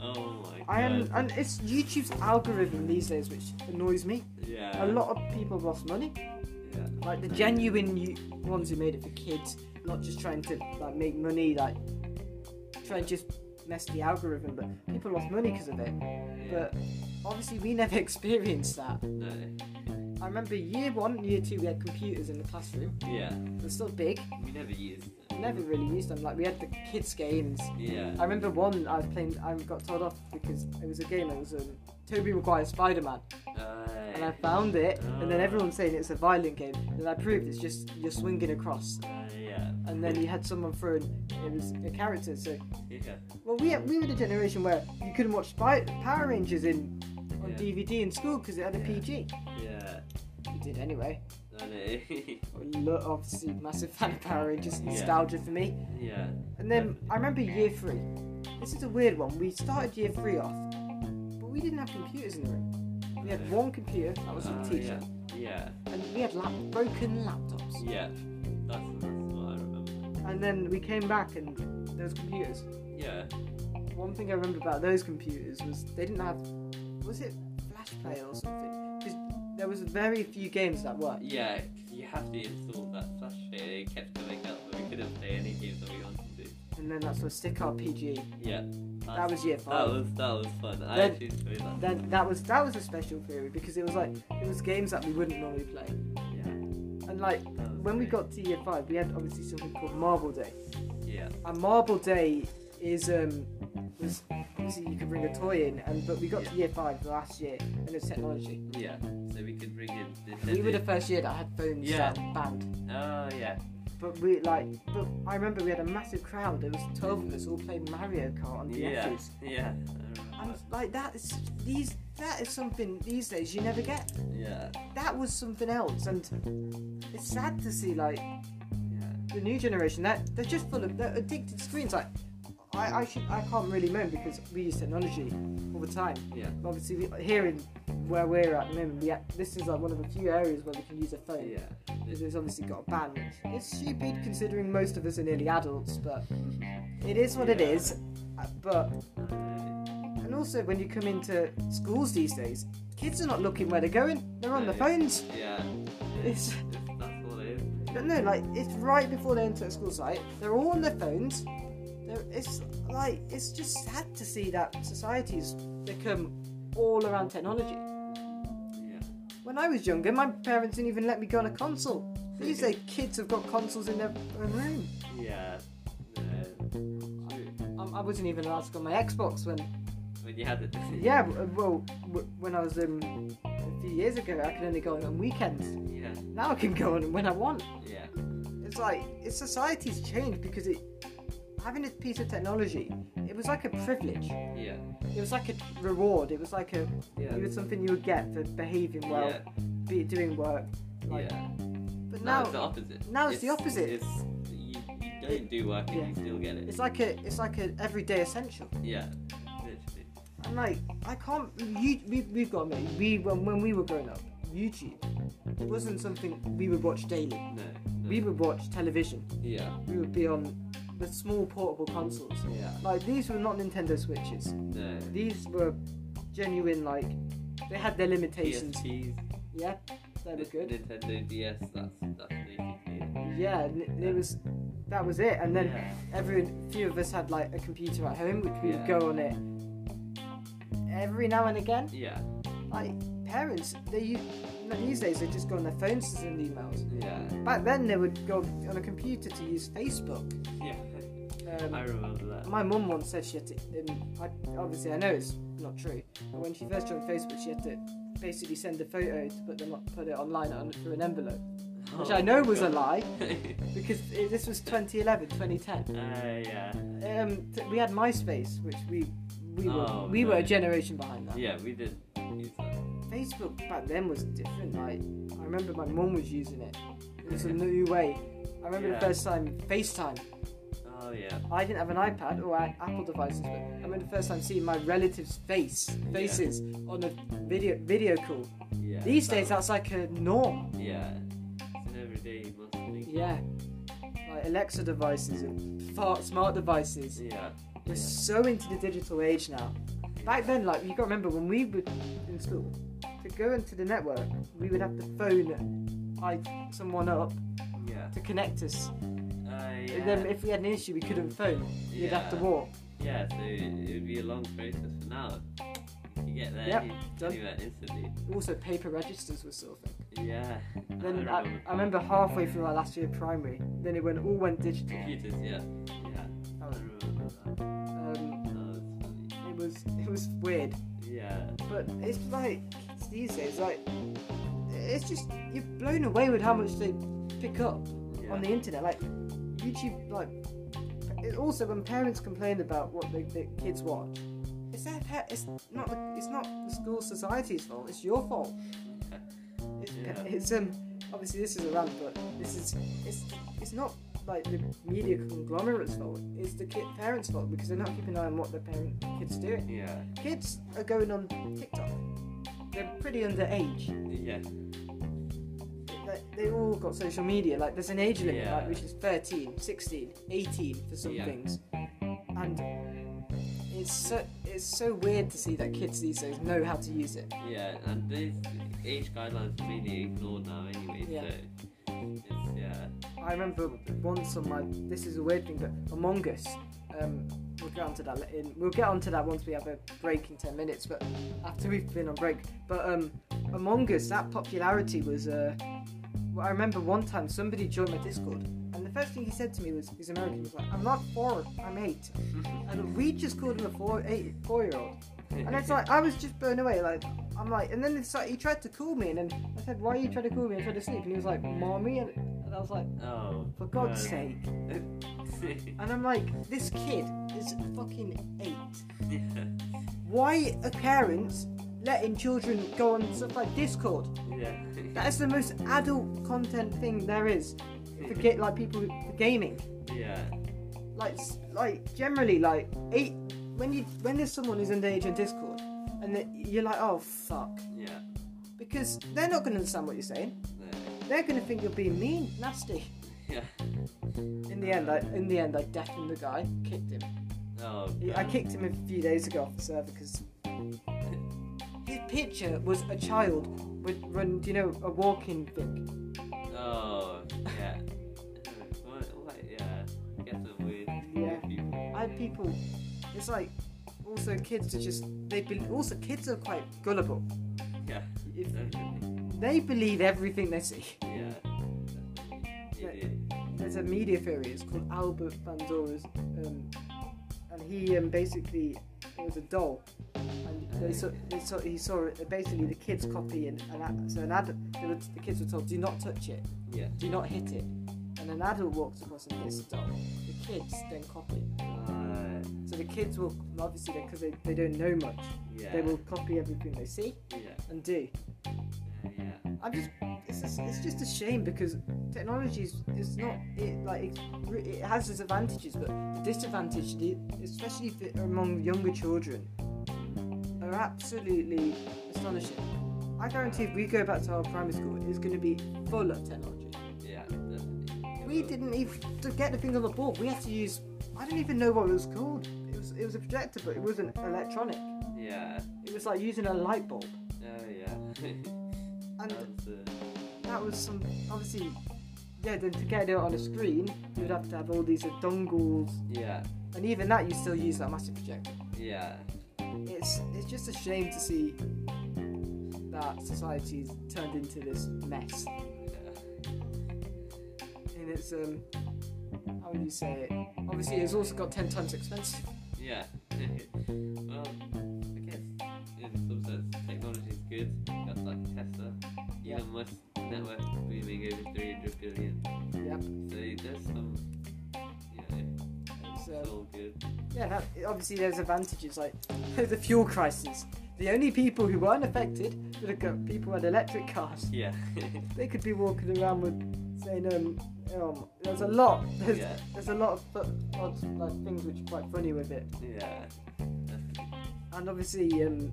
[SPEAKER 2] oh my god.
[SPEAKER 1] I am, and it's YouTube's algorithm these days which annoys me.
[SPEAKER 2] yeah.
[SPEAKER 1] A lot of people have lost money.
[SPEAKER 2] Yeah.
[SPEAKER 1] Like the genuine you- ones who made it for kids, not just trying to like make money. Like try and just mess the algorithm, but people lost money because of it. But obviously, we never experienced that.
[SPEAKER 2] No.
[SPEAKER 1] I remember year one, year two, we had computers in the classroom.
[SPEAKER 2] Yeah.
[SPEAKER 1] They're still big.
[SPEAKER 2] We never used
[SPEAKER 1] We
[SPEAKER 2] them.
[SPEAKER 1] never really used them. Like we had the kids' games.
[SPEAKER 2] Yeah.
[SPEAKER 1] I remember one I was playing. I got told off because it was a game. It was um, Toby Maguire Spider Man, and I
[SPEAKER 2] Aye.
[SPEAKER 1] found it. And then everyone's saying it's a violent game. And I proved it's just you're swinging across.
[SPEAKER 2] Aye, yeah.
[SPEAKER 1] And then you had someone throwing. It was a character. So
[SPEAKER 2] Yeah.
[SPEAKER 1] well, we we were the generation where you couldn't watch Spy- Power Rangers in on
[SPEAKER 2] Yeah.
[SPEAKER 1] DVD in school because it had a
[SPEAKER 2] Yeah.
[SPEAKER 1] PG.
[SPEAKER 2] Yeah.
[SPEAKER 1] You did anyway.
[SPEAKER 2] I know.
[SPEAKER 1] I lo- obviously massive fan of Power Rangers, nostalgia for me.
[SPEAKER 2] yeah.
[SPEAKER 1] And then I remember year three. This is a weird one. We started year three off, but we didn't have computers in the room. We had one computer that was from
[SPEAKER 2] Uh,
[SPEAKER 1] the teacher,
[SPEAKER 2] Yeah.
[SPEAKER 1] and we had lap- broken laptops.
[SPEAKER 2] Yeah. That's, that's what I remember.
[SPEAKER 1] And then we came back, and those computers.
[SPEAKER 2] Yeah.
[SPEAKER 1] One thing I remember about those computers was they didn't have. Was it Flash Player or something? Because there was very few games that worked.
[SPEAKER 2] Yeah. 'cause You have to install that flash player. It kept coming up, but we couldn't play any games that we wanted to.
[SPEAKER 1] And then that's where Stick RPG.
[SPEAKER 2] Yeah.
[SPEAKER 1] That was year
[SPEAKER 2] That
[SPEAKER 1] five.
[SPEAKER 2] was that was fun. I
[SPEAKER 1] Then-
[SPEAKER 2] actually enjoyed that.
[SPEAKER 1] That, that was that was a special period because it was like it was games that we wouldn't normally play.
[SPEAKER 2] yeah.
[SPEAKER 1] And like
[SPEAKER 2] That was
[SPEAKER 1] when we
[SPEAKER 2] great.
[SPEAKER 1] got to year five, we had obviously something called Marble Day.
[SPEAKER 2] Yeah.
[SPEAKER 1] And Marble Day is um was obviously you could bring a toy in, and but we got to year five last year, and it was technology.
[SPEAKER 2] Yeah. So we could bring in Nintendo.
[SPEAKER 1] We were the first year that had phones
[SPEAKER 2] Yeah.
[SPEAKER 1] that banned.
[SPEAKER 2] Oh yeah.
[SPEAKER 1] But we like, but I remember we had a massive crowd. There was twelve of us all playing Mario Kart on
[SPEAKER 2] Yeah.
[SPEAKER 1] DSs.
[SPEAKER 2] Yeah. I
[SPEAKER 1] And
[SPEAKER 2] remember.
[SPEAKER 1] like that is these that is something these days you never get.
[SPEAKER 2] Yeah.
[SPEAKER 1] That was something else, and it's sad to see like
[SPEAKER 2] Yeah.
[SPEAKER 1] the new generation that they're just full of they're addicted to screens like I, I should I can't really moan because we use technology all the time.
[SPEAKER 2] Yeah.
[SPEAKER 1] Obviously, we, here in where we're at the moment, we act- this is like one of the few areas where we can use a phone.
[SPEAKER 2] Yeah.
[SPEAKER 1] Because It's obviously got a ban. which It's stupid considering most of us are nearly adults, but it is what it
[SPEAKER 2] Yeah.
[SPEAKER 1] is. Uh, But
[SPEAKER 2] Uh,
[SPEAKER 1] and also when you come into schools these days, kids are not looking where they're going. They're on the
[SPEAKER 2] No.
[SPEAKER 1] phones.
[SPEAKER 2] yeah.
[SPEAKER 1] It's
[SPEAKER 2] It's- That's all it is.
[SPEAKER 1] But no, like it's right before they enter the school site. They're all on their phones. They're, it's like it's just sad to see that society's become all around technology.
[SPEAKER 2] Yeah.
[SPEAKER 1] When I was younger, my parents didn't even let me go on a console. These days, kids have got consoles in their own room.
[SPEAKER 2] Yeah. No. True.
[SPEAKER 1] Um, I wasn't even allowed to go on my Xbox when.
[SPEAKER 2] When you had it.
[SPEAKER 1] Yeah, w- uh, well, w- when I was um, a few years ago, I could only go on on weekends.
[SPEAKER 2] Yeah.
[SPEAKER 1] Now I can go on when I want.
[SPEAKER 2] Yeah.
[SPEAKER 1] It's like it's society's changed because it having a piece of technology, it was like a privilege.
[SPEAKER 2] Yeah.
[SPEAKER 1] It was like a reward. It was like a
[SPEAKER 2] Yeah.
[SPEAKER 1] it was something you would get for behaving well,
[SPEAKER 2] yeah.
[SPEAKER 1] be doing work. Like,
[SPEAKER 2] yeah.
[SPEAKER 1] But now
[SPEAKER 2] Now it's the opposite.
[SPEAKER 1] now it's the opposite.
[SPEAKER 2] It's you, you don't do work and
[SPEAKER 1] Yeah.
[SPEAKER 2] you still get it.
[SPEAKER 1] it's like a it's like an everyday essential.
[SPEAKER 2] Yeah. Literally.
[SPEAKER 1] And like I can't you we we've got to admit, we when, when we were growing up, YouTube it wasn't something we would watch daily.
[SPEAKER 2] No.
[SPEAKER 1] We
[SPEAKER 2] no.
[SPEAKER 1] would watch television.
[SPEAKER 2] Yeah.
[SPEAKER 1] We would be on the small portable consoles.
[SPEAKER 2] Yeah.
[SPEAKER 1] Like these were not Nintendo Switches.
[SPEAKER 2] No.
[SPEAKER 1] these were genuine like they had their limitations
[SPEAKER 2] PSPs.
[SPEAKER 1] yeah they were good
[SPEAKER 2] Nintendo DS. That's that's basically
[SPEAKER 1] yeah and it- it was that was it and then
[SPEAKER 2] Yeah.
[SPEAKER 1] every few of us had like a computer at home which we would
[SPEAKER 2] Yeah.
[SPEAKER 1] go on it every now and again
[SPEAKER 2] it. Yeah.
[SPEAKER 1] like parents they u- like, these days they just go on their phones to send emails
[SPEAKER 2] Yeah.
[SPEAKER 1] back then they would go on a computer to use facebook
[SPEAKER 2] Yeah. I
[SPEAKER 1] um,
[SPEAKER 2] remember that.
[SPEAKER 1] my mum once said she had to um, I, obviously i know it's not true but when she first joined facebook she had to basically send a photo to put them up, put it online on, through an envelope which I know was a lie
[SPEAKER 2] lie.
[SPEAKER 1] because it, this was 2011, 2010.
[SPEAKER 2] Uh, yeah.
[SPEAKER 1] Um, t- we had MySpace, which we we were
[SPEAKER 2] Oh,
[SPEAKER 1] we were a
[SPEAKER 2] right.
[SPEAKER 1] generation behind that.
[SPEAKER 2] Yeah, we did use that.
[SPEAKER 1] Facebook back then was different. Like I remember my mum was using it. It was a new way. I remember
[SPEAKER 2] Yeah.
[SPEAKER 1] the first time FaceTime.
[SPEAKER 2] Oh, yeah.
[SPEAKER 1] I didn't have an iPad or I had Apple devices, but I remember the first time seeing my relatives' face faces on a video video call.
[SPEAKER 2] Yeah.
[SPEAKER 1] These
[SPEAKER 2] that
[SPEAKER 1] days, that's like a norm.
[SPEAKER 2] was- Yeah. It's an everyday must thing.
[SPEAKER 1] Yeah, like Alexa devices and far- smart devices.
[SPEAKER 2] Yeah.
[SPEAKER 1] We're
[SPEAKER 2] Yeah.
[SPEAKER 1] so into the digital age now. Back then, like you got to remember when we were in school, to go into the network, we would have to phone like someone up
[SPEAKER 2] Yeah.
[SPEAKER 1] to connect us.
[SPEAKER 2] Uh, yeah.
[SPEAKER 1] Then if we had an issue, we couldn't phone. You'd have to
[SPEAKER 2] Yeah.
[SPEAKER 1] walk.
[SPEAKER 2] Yeah, so it would be a long process for now. You could get there
[SPEAKER 1] Yep,
[SPEAKER 2] you
[SPEAKER 1] done.
[SPEAKER 2] do that instantly.
[SPEAKER 1] Also, paper registers were sort of thing.
[SPEAKER 2] Yeah.
[SPEAKER 1] Then
[SPEAKER 2] I
[SPEAKER 1] I,
[SPEAKER 2] remember
[SPEAKER 1] I remember halfway through our last year of primary, then it went all went digital.
[SPEAKER 2] computers, yeah. Yeah.
[SPEAKER 1] Um,
[SPEAKER 2] I remember that.
[SPEAKER 1] it
[SPEAKER 2] That was funny.
[SPEAKER 1] was Um, it was weird,
[SPEAKER 2] Yeah.
[SPEAKER 1] but it's like kids these days, like it's just you're blown away with how much they pick up
[SPEAKER 2] yeah.
[SPEAKER 1] on the internet. Like YouTube, like it also when parents complain about what the, the kids watch, it's their pa- it's not the- it's not the school society's fault. It's your fault. It's,
[SPEAKER 2] Yeah.
[SPEAKER 1] it's um obviously this is a rant, but this is it's it's not like the media conglomerate's fault. It's the kid parents' fault because they're not keeping an eye on what their parent kids are doing.
[SPEAKER 2] yeah.
[SPEAKER 1] Kids are going on TikTok. They're pretty underage.
[SPEAKER 2] Yeah.
[SPEAKER 1] They, they all got social media. Like there's an age limit,
[SPEAKER 2] Yeah.
[SPEAKER 1] like, which is 13, 16, 18 for some
[SPEAKER 2] Yeah.
[SPEAKER 1] things, and. It's so it's so weird to see that kids these days know how to use it.
[SPEAKER 2] Yeah. And these age guidelines are mainly ignored now anyway,
[SPEAKER 1] Yeah.
[SPEAKER 2] so it's yeah.
[SPEAKER 1] I remember once on my. This is a weird thing, but Among Us. Um, we'll get onto that. li- In, we'll get onto that once we have a break in ten minutes. But after we've been on break, but um, Among Us that popularity was. Uh, well, I remember one time somebody joined my Discord, and the first thing he said to me was, "He's American." He was like, "I'm not four, I'm eight. and we just called him a four, eight, four-year-old. And it's like I was just blown away. Like I'm like, and then it's like he tried to call me, and then I said, "Why are you trying to call me?" I tried to sleep, and he was like, "Mommy," and, and I was like.
[SPEAKER 2] Oh.
[SPEAKER 1] For God's sake.
[SPEAKER 2] sake.
[SPEAKER 1] And I'm like, this kid is fucking eight.
[SPEAKER 2] yeah.
[SPEAKER 1] Why are parents letting children go on stuff like Discord?
[SPEAKER 2] Yeah.
[SPEAKER 1] That is the most adult content thing there is. For ga- like people for gaming.
[SPEAKER 2] yeah.
[SPEAKER 1] Like s- like generally like eight when you when there's someone who's underage on Discord and that you're like, oh fuck.
[SPEAKER 2] Yeah.
[SPEAKER 1] Because they're not gonna understand what you're saying.
[SPEAKER 2] No.
[SPEAKER 1] They're gonna think you're being mean, nasty.
[SPEAKER 2] Yeah.
[SPEAKER 1] In the end, I in the end I deafened the guy, kicked him.
[SPEAKER 2] Oh.
[SPEAKER 1] Yeah, I
[SPEAKER 2] God.
[SPEAKER 1] kicked him a few days ago off the server because his picture was a child with run, you know, a walking thing.
[SPEAKER 2] Oh, yeah. what, what, yeah. Get some weird
[SPEAKER 1] Yeah.
[SPEAKER 2] people.
[SPEAKER 1] I had people. It's like also kids are just they be, also kids are quite gullible.
[SPEAKER 2] Yeah.
[SPEAKER 1] If
[SPEAKER 2] Definitely.
[SPEAKER 1] they believe everything they see.
[SPEAKER 2] Yeah. Definitely.
[SPEAKER 1] Yeah.
[SPEAKER 2] Idiot.
[SPEAKER 1] There's a media theory. It's called Albert Bandura's, um, and he um, basically it was a doll. And they saw, they saw, he saw it, basically the kids copy and, and so an ad, they were, the kids were told do not touch it.
[SPEAKER 2] Yeah.
[SPEAKER 1] do not hit it. And an adult walks across and hits the dog. The kids then copy.
[SPEAKER 2] Uh,
[SPEAKER 1] So the kids will, obviously, because they, they don't know much,
[SPEAKER 2] yeah.
[SPEAKER 1] they will copy everything they see
[SPEAKER 2] Yeah.
[SPEAKER 1] and do.
[SPEAKER 2] Uh, yeah.
[SPEAKER 1] I'm just, it's just, it's just a shame because technology is, is not, it like it's, re- it has its advantages, but the disadvantage, the, especially if it, among younger children, are absolutely astonishing. I guarantee if we go back to our primary school, it's going to be full of technology.
[SPEAKER 2] Yeah. Definitely.
[SPEAKER 1] We
[SPEAKER 2] Well,
[SPEAKER 1] didn't even to get the thing on the board. We had to use. I don't even know what it was called. It was it was a projector, but it wasn't electronic.
[SPEAKER 2] Yeah.
[SPEAKER 1] It was like using a light bulb,
[SPEAKER 2] Oh, yeah.
[SPEAKER 1] and
[SPEAKER 2] That's, uh,
[SPEAKER 1] that was some obviously. Yeah, then to get it on a screen, you'd have to have all these uh, dongles,
[SPEAKER 2] yeah.
[SPEAKER 1] and even that you still use that massive projector.
[SPEAKER 2] Yeah.
[SPEAKER 1] It's it's just a shame to see that society's turned into this mess,
[SPEAKER 2] Yeah.
[SPEAKER 1] and it's um. How would you say it? Obviously, it's also got ten times expensive.
[SPEAKER 2] Yeah. well, I guess in some sense technology is good. That's like Tesla.
[SPEAKER 1] Yeah.
[SPEAKER 2] Elon Musk network booming over 300 billion.
[SPEAKER 1] Yep.
[SPEAKER 2] So there's some, you know,
[SPEAKER 1] It's,
[SPEAKER 2] it's
[SPEAKER 1] um,
[SPEAKER 2] all good.
[SPEAKER 1] Yeah, that, obviously there's advantages like the fuel crisis. The only people who weren't affected were the go- people who had electric cars.
[SPEAKER 2] Yeah.
[SPEAKER 1] They could be walking around with saying, um, um there's a lot, there's,
[SPEAKER 2] Yeah.
[SPEAKER 1] there's a lot of fu- odd like things which are quite funny with it.
[SPEAKER 2] yeah. That's-
[SPEAKER 1] And obviously, um,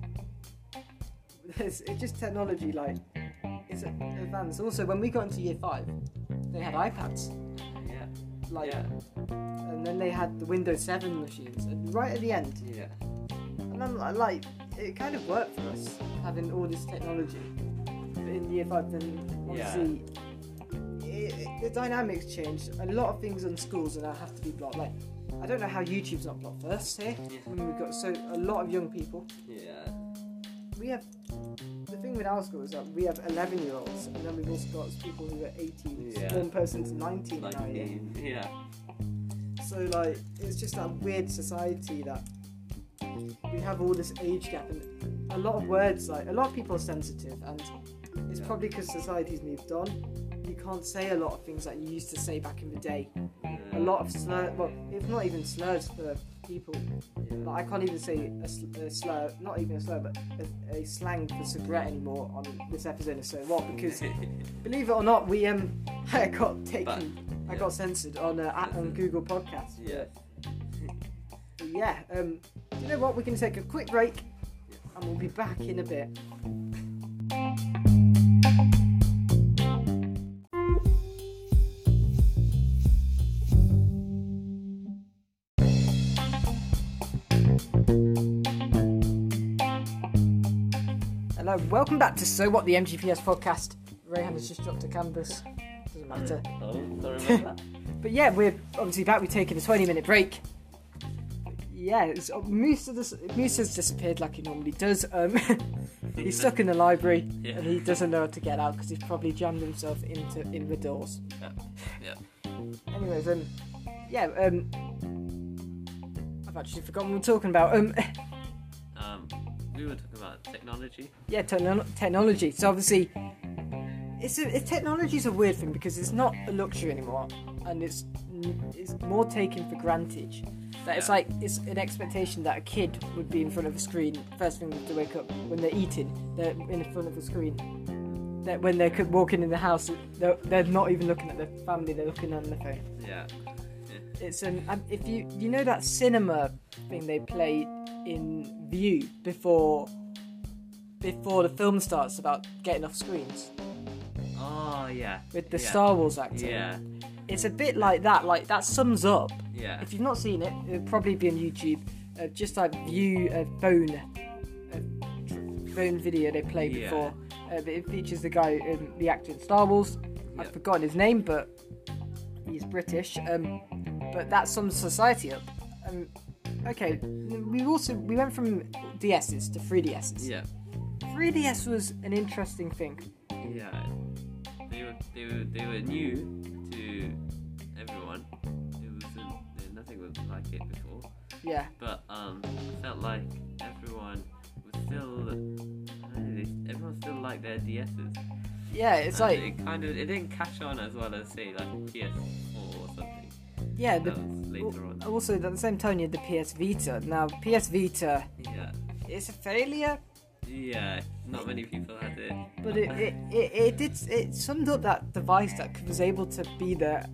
[SPEAKER 1] there's, it's just technology like it's a- advanced. Also, when we got into year five, they had iPads,
[SPEAKER 2] Yeah.
[SPEAKER 1] like,
[SPEAKER 2] yeah.
[SPEAKER 1] and then they had the Windows Seven machines. And right at the end,
[SPEAKER 2] Yeah.
[SPEAKER 1] And I'm li- like, it kind of worked for us having all this technology. But in year five, then obviously, it, it- the dynamics changed. A lot of things on schools and I have to be blocked. Like, I don't know how YouTube's not blocked first here.
[SPEAKER 2] Yeah.
[SPEAKER 1] I mean, we've got so a lot of young people.
[SPEAKER 2] Yeah.
[SPEAKER 1] We have the thing with our school is that we have 11 year olds, and then we've also got people who are 18.
[SPEAKER 2] Yeah.
[SPEAKER 1] One person's 19 now. Yeah.
[SPEAKER 2] 19. Yeah.
[SPEAKER 1] So like, it's just that weird society that we have all this age gap, and a lot of words like a lot of people are sensitive, and it's
[SPEAKER 2] Yeah.
[SPEAKER 1] probably because society's moved on. You can't say a lot of things that you used to say back in the day. A lot of slur, well, if not even slurs for people.
[SPEAKER 2] Yeah.
[SPEAKER 1] Like I can't even say a, sl- a slur, not even a slur, but a, a slang for cigarette anymore on this episode of So What because believe it or not, we um I got taken, I
[SPEAKER 2] yeah.
[SPEAKER 1] got censored on uh, at- on Google Podcasts.
[SPEAKER 2] yeah.
[SPEAKER 1] But yeah, um, do you know what? We're going to take a quick break
[SPEAKER 2] Yeah.
[SPEAKER 1] and we'll be back in a bit. Hello, welcome back to So What the MGPS podcast. Rayhan has just dropped a canvas. Doesn't matter.
[SPEAKER 2] Oh, sorry about that.
[SPEAKER 1] But yeah, we're obviously back. We're taking a 20 minute break. Yeah, it's, uh, Moose, dis- Moose has disappeared like he normally does. Um, he's stuck in the library
[SPEAKER 2] Yeah.
[SPEAKER 1] and he doesn't know how to get out because he's probably jammed himself into in the doors.
[SPEAKER 2] Yeah. Yeah.
[SPEAKER 1] Anyways, um, yeah, um, I've actually forgotten what we're talking about. Um,
[SPEAKER 2] Um, we were talking about technology.
[SPEAKER 1] yeah, techno- technology. So obviously, it's a, it, technology's a weird thing because it's not a luxury anymore, and it's n- it's more taken for granted. That it's
[SPEAKER 2] Yeah.
[SPEAKER 1] like it's an expectation that a kid would be in front of a screen first thing to wake up when they're eating. They're in front of the screen. That when they're c- walking in the house, they're, they're not even looking at their family; they're looking on the phone.
[SPEAKER 2] Yeah.
[SPEAKER 1] It's an um, if you you know that cinema thing they play in View before before the film starts about getting off screens
[SPEAKER 2] Oh, yeah.
[SPEAKER 1] with the
[SPEAKER 2] yeah.
[SPEAKER 1] Star Wars actor.
[SPEAKER 2] Yeah.
[SPEAKER 1] It's a bit like that. Like that sums up.
[SPEAKER 2] Yeah.
[SPEAKER 1] If you've not seen it, it'll probably be on YouTube. Uh, just like View a phone a tr- phone video they play
[SPEAKER 2] Yeah.
[SPEAKER 1] before. Uh, but it features the guy, um, the actor in Star Wars.
[SPEAKER 2] Yeah.
[SPEAKER 1] I've forgotten his name, but he's British. Um, but that sums society up. Um, okay, we also we went from DSs to 3DSs.
[SPEAKER 2] Yeah.
[SPEAKER 1] 3DS was an interesting thing.
[SPEAKER 2] Yeah. They were, they were, they were new to everyone. It wasn't, nothing was like it before.
[SPEAKER 1] Yeah,
[SPEAKER 2] but um, I felt like everyone was still, I don't know, they- everyone still liked their DSs.
[SPEAKER 1] yeah. It's
[SPEAKER 2] And
[SPEAKER 1] like
[SPEAKER 2] it kind of it didn't catch on as well as say like PS4 or something.
[SPEAKER 1] yeah. The, Oh,
[SPEAKER 2] That was later on.
[SPEAKER 1] also at the same time you had the PS Vita. Now PS Vita
[SPEAKER 2] Yeah,
[SPEAKER 1] is a failure,
[SPEAKER 2] yeah. Not many people had it.
[SPEAKER 1] but it it, it, it did it summed up that device that was able to be there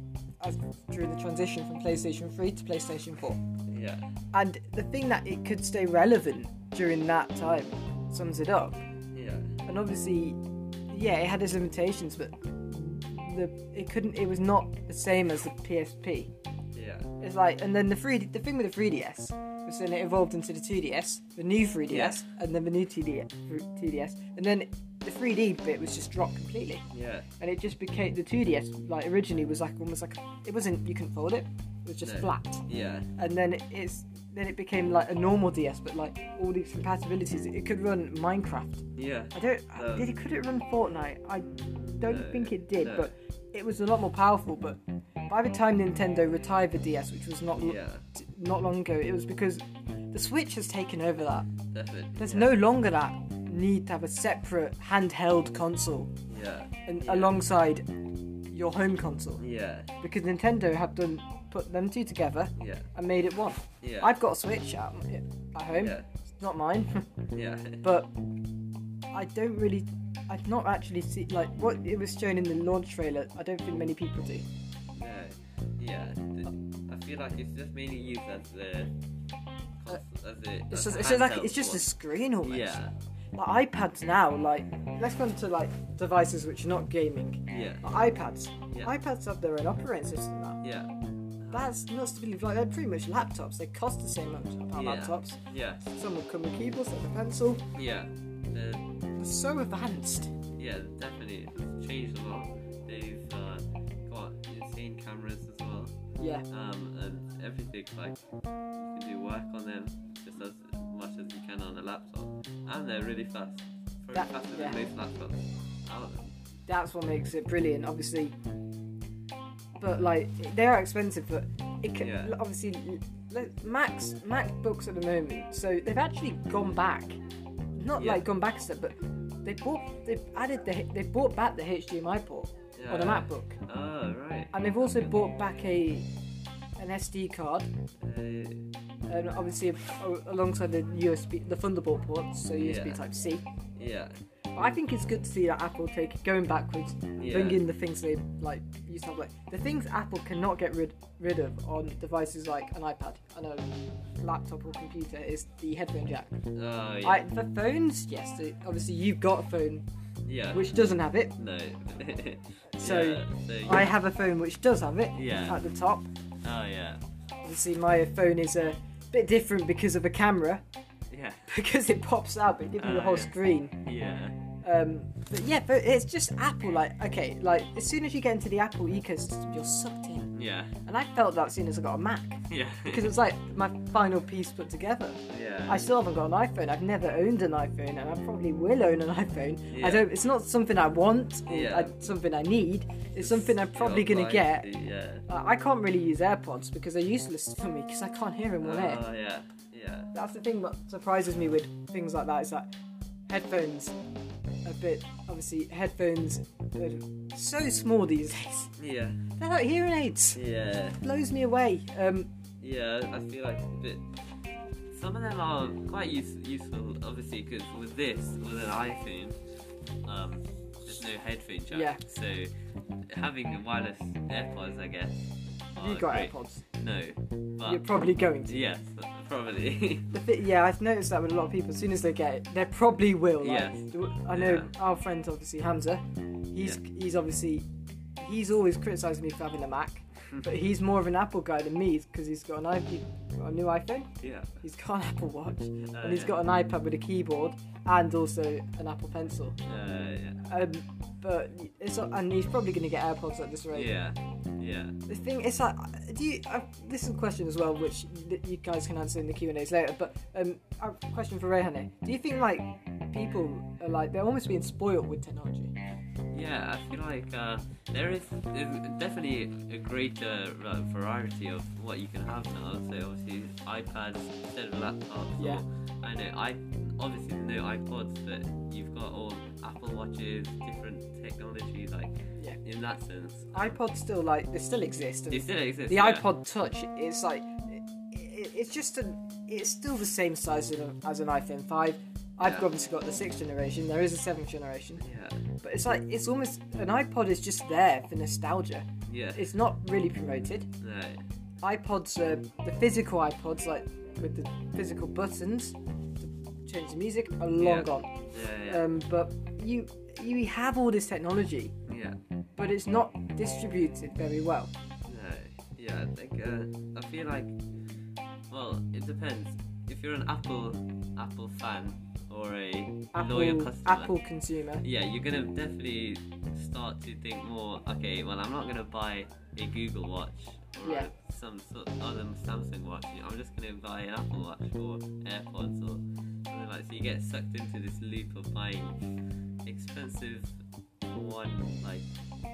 [SPEAKER 1] as, during the transition from PlayStation 3 to PlayStation 4.
[SPEAKER 2] yeah,
[SPEAKER 1] And the thing that it could stay relevant during that time sums it up.
[SPEAKER 2] yeah,
[SPEAKER 1] And obviously, yeah, it had its limitations, but the it couldn't. It was not the same as the PSP.
[SPEAKER 2] yeah,
[SPEAKER 1] It's like, and then the three. The thing with the 3DS was then it evolved into the 2DS, the new 3DS, and then the new 2D, 2DS, and then the 3D bit was just dropped completely,
[SPEAKER 2] yeah,
[SPEAKER 1] and it just became the 2DS. Like originally was like almost like it wasn't. You couldn't fold it. It was just
[SPEAKER 2] No.
[SPEAKER 1] flat,
[SPEAKER 2] yeah,
[SPEAKER 1] and then it, it's then it became like a normal DS, but like all these compatibilities. It could run Minecraft.
[SPEAKER 2] yeah.
[SPEAKER 1] I don't.
[SPEAKER 2] No.
[SPEAKER 1] Did it, could it run Fortnite? I don't
[SPEAKER 2] No,
[SPEAKER 1] think it did,
[SPEAKER 2] no.
[SPEAKER 1] but it was a lot more powerful. But by the time Nintendo retired the DS, which was not
[SPEAKER 2] Yeah,
[SPEAKER 1] t- not long ago, it was because the Switch has taken over that.
[SPEAKER 2] definitely.
[SPEAKER 1] There's
[SPEAKER 2] yeah,
[SPEAKER 1] no longer that need to have a separate handheld console
[SPEAKER 2] Yeah,
[SPEAKER 1] and
[SPEAKER 2] yeah,
[SPEAKER 1] alongside your home console
[SPEAKER 2] Yeah,
[SPEAKER 1] because Nintendo have done put them two together
[SPEAKER 2] yeah,
[SPEAKER 1] and made it one.
[SPEAKER 2] yeah.
[SPEAKER 1] I've got a Switch at, at home.
[SPEAKER 2] Yeah,
[SPEAKER 1] It's not mine.
[SPEAKER 2] yeah,
[SPEAKER 1] but I don't really. I've not actually seen like what it was shown in the launch trailer. I don't think many people do.
[SPEAKER 2] no, yeah. I feel like it's just mainly used as the.
[SPEAKER 1] Uh,
[SPEAKER 2] As the
[SPEAKER 1] It's
[SPEAKER 2] as
[SPEAKER 1] just,
[SPEAKER 2] a
[SPEAKER 1] it's just like
[SPEAKER 2] handheld
[SPEAKER 1] it's just
[SPEAKER 2] one.
[SPEAKER 1] a screen almost.
[SPEAKER 2] Yeah,
[SPEAKER 1] Like iPads now, like let's go into like devices which are not gaming.
[SPEAKER 2] yeah,
[SPEAKER 1] Like iPads.
[SPEAKER 2] Yeah.
[SPEAKER 1] iPads have their own operating system now.
[SPEAKER 2] yeah,
[SPEAKER 1] That's not to believe. Like they're pretty much laptops. They cost the same amount of
[SPEAKER 2] Yeah.
[SPEAKER 1] laptops.
[SPEAKER 2] yeah,
[SPEAKER 1] Some will come with keyboards, some with pencil.
[SPEAKER 2] yeah. The,
[SPEAKER 1] They're so advanced.
[SPEAKER 2] yeah, definitely it's changed a lot. They've uh,
[SPEAKER 1] Yeah.
[SPEAKER 2] um, and everything like you can do work on them just as much as you can on a laptop, and they're really fast, probably
[SPEAKER 1] That-
[SPEAKER 2] faster
[SPEAKER 1] yeah.
[SPEAKER 2] than most laptops. Oh, Out-
[SPEAKER 1] That's what makes it brilliant, obviously. But like they are expensive, but it can
[SPEAKER 2] Yeah.
[SPEAKER 1] obviously like, Macs MacBooks at the moment. So they've actually gone back, not
[SPEAKER 2] Yeah.
[SPEAKER 1] like gone back a step, but they bought they've added the they bought back the HDMI port on a
[SPEAKER 2] Yeah.
[SPEAKER 1] MacBook,
[SPEAKER 2] Oh right.
[SPEAKER 1] and they've also bought back a an SD card,
[SPEAKER 2] Uh,
[SPEAKER 1] um, obviously a- alongside the USB the Thunderbolt port, so USB
[SPEAKER 2] Yeah.
[SPEAKER 1] Type C.
[SPEAKER 2] yeah.
[SPEAKER 1] But I think it's good to see that Apple take going backwards,
[SPEAKER 2] Yeah.
[SPEAKER 1] bringing the things they like used to have, like the things Apple cannot get rid rid of on devices like an iPad and a laptop or computer is the headphone jack.
[SPEAKER 2] Oh yeah.
[SPEAKER 1] I, for phones, yes, they- obviously you've got a phone
[SPEAKER 2] yeah.
[SPEAKER 1] which doesn't have it.
[SPEAKER 2] no.
[SPEAKER 1] So,
[SPEAKER 2] yeah, so you-
[SPEAKER 1] I have a phone which does have it
[SPEAKER 2] Yeah.
[SPEAKER 1] at the top.
[SPEAKER 2] Oh yeah.
[SPEAKER 1] Obviously, my phone is a bit different because of a camera
[SPEAKER 2] Yeah.
[SPEAKER 1] because it pops out, but it gives you the
[SPEAKER 2] Oh,
[SPEAKER 1] whole
[SPEAKER 2] yeah.
[SPEAKER 1] screen.
[SPEAKER 2] Yeah.
[SPEAKER 1] Um, but yeah, but it's just Apple. Like, okay, like as soon as you get into the Apple ecosystem, you're sucked in.
[SPEAKER 2] Yeah.
[SPEAKER 1] And I felt that as soon as I got a Mac
[SPEAKER 2] Yeah.
[SPEAKER 1] because it's like my final piece put together.
[SPEAKER 2] yeah.
[SPEAKER 1] I still haven't got an iPhone. I've never owned an iPhone, and I probably will own an iPhone. I
[SPEAKER 2] Yeah.
[SPEAKER 1] don't. It's not something I want. Or
[SPEAKER 2] Yeah.
[SPEAKER 1] I, something I need. It's something I'm probably gonna get.
[SPEAKER 2] Yeah.
[SPEAKER 1] Uh, I can't really use AirPods because they're useless for me because I can't hear them on air.
[SPEAKER 2] Oh yeah. Yeah.
[SPEAKER 1] That's the thing that surprises me with things like that is that headphones, a bit obviously headphones, are so small these days.
[SPEAKER 2] Yeah.
[SPEAKER 1] They're like hearing aids.
[SPEAKER 2] Yeah.
[SPEAKER 1] Blows me away. Um,
[SPEAKER 2] Yeah, I feel like a bit. Some of them are quite use, useful, obviously, because with this, with an iPhone, um, there's no headphone jack.
[SPEAKER 1] Yeah.
[SPEAKER 2] So having the wireless AirPods, I guess.
[SPEAKER 1] have you
[SPEAKER 2] are
[SPEAKER 1] got
[SPEAKER 2] Oh, great.
[SPEAKER 1] AirPods?
[SPEAKER 2] No.
[SPEAKER 1] You're
[SPEAKER 2] But
[SPEAKER 1] probably going to.
[SPEAKER 2] yes, probably.
[SPEAKER 1] The thi- yeah, I've noticed that with a lot of people. As soon as they get it, they probably will. Like,
[SPEAKER 2] Yes.
[SPEAKER 1] do- I know
[SPEAKER 2] Yeah.
[SPEAKER 1] our friend obviously Hamza. He's he's obviously he's always criticised me for having a Mac,
[SPEAKER 2] Hmm.
[SPEAKER 1] but he's more of an Apple guy than me because he's got an iPhone, a new iPhone.
[SPEAKER 2] yeah.
[SPEAKER 1] He's got an Apple Watch, and he's
[SPEAKER 2] Oh, yeah.
[SPEAKER 1] got an iPad with a keyboard, and also an Apple Pencil.
[SPEAKER 2] Uh, yeah.
[SPEAKER 1] Um, but it's not- and he's probably going to get AirPods at this rate.
[SPEAKER 2] Yeah. Yeah.
[SPEAKER 1] The thing is that do you? Uh, this is a question as well, which that you guys can answer in the Q and A's later. But um, a question for Rehan here: Do you think like people are like they're almost being spoiled with technology?
[SPEAKER 2] Yeah, I feel like uh, there is there's definitely a greater uh, variety of what you can have now. So obviously iPads instead of laptops.
[SPEAKER 1] Yeah.
[SPEAKER 2] Or, I know I obviously no iPods, but you've got all Apple watches, different technology like
[SPEAKER 1] Yeah.
[SPEAKER 2] in that sense.
[SPEAKER 1] iPods still like they still exist. and
[SPEAKER 2] It still exists.
[SPEAKER 1] the
[SPEAKER 2] yeah.
[SPEAKER 1] iPod Touch it's like it, it, it's just a it's still the same size as an, as an iPhone 5. I've
[SPEAKER 2] Yeah.
[SPEAKER 1] obviously got the sixth generation. There is a seventh generation,
[SPEAKER 2] Yeah.
[SPEAKER 1] but it's like it's almost an iPod is just there for nostalgia.
[SPEAKER 2] Yeah.
[SPEAKER 1] It's not really promoted.
[SPEAKER 2] no.
[SPEAKER 1] iPods, uh, the physical iPods, like with the physical buttons to change the music, are long
[SPEAKER 2] Yeah.
[SPEAKER 1] gone.
[SPEAKER 2] Yeah. Yeah.
[SPEAKER 1] Um, but you you have all this technology,
[SPEAKER 2] yeah.
[SPEAKER 1] but it's not distributed very well.
[SPEAKER 2] No, yeah, I think uh, I feel like well, it depends. If you're an Apple Apple fan or a loyal
[SPEAKER 1] Apple,
[SPEAKER 2] customer,
[SPEAKER 1] Apple consumer.
[SPEAKER 2] yeah, you're gonna definitely start to think more. Okay, well, I'm not gonna buy a Google Watch or
[SPEAKER 1] Yeah.
[SPEAKER 2] a, some sort other Samsung Watch. I'm just gonna buy an Apple Watch or AirPods or something like. So you get sucked into this loop of buying expensive one like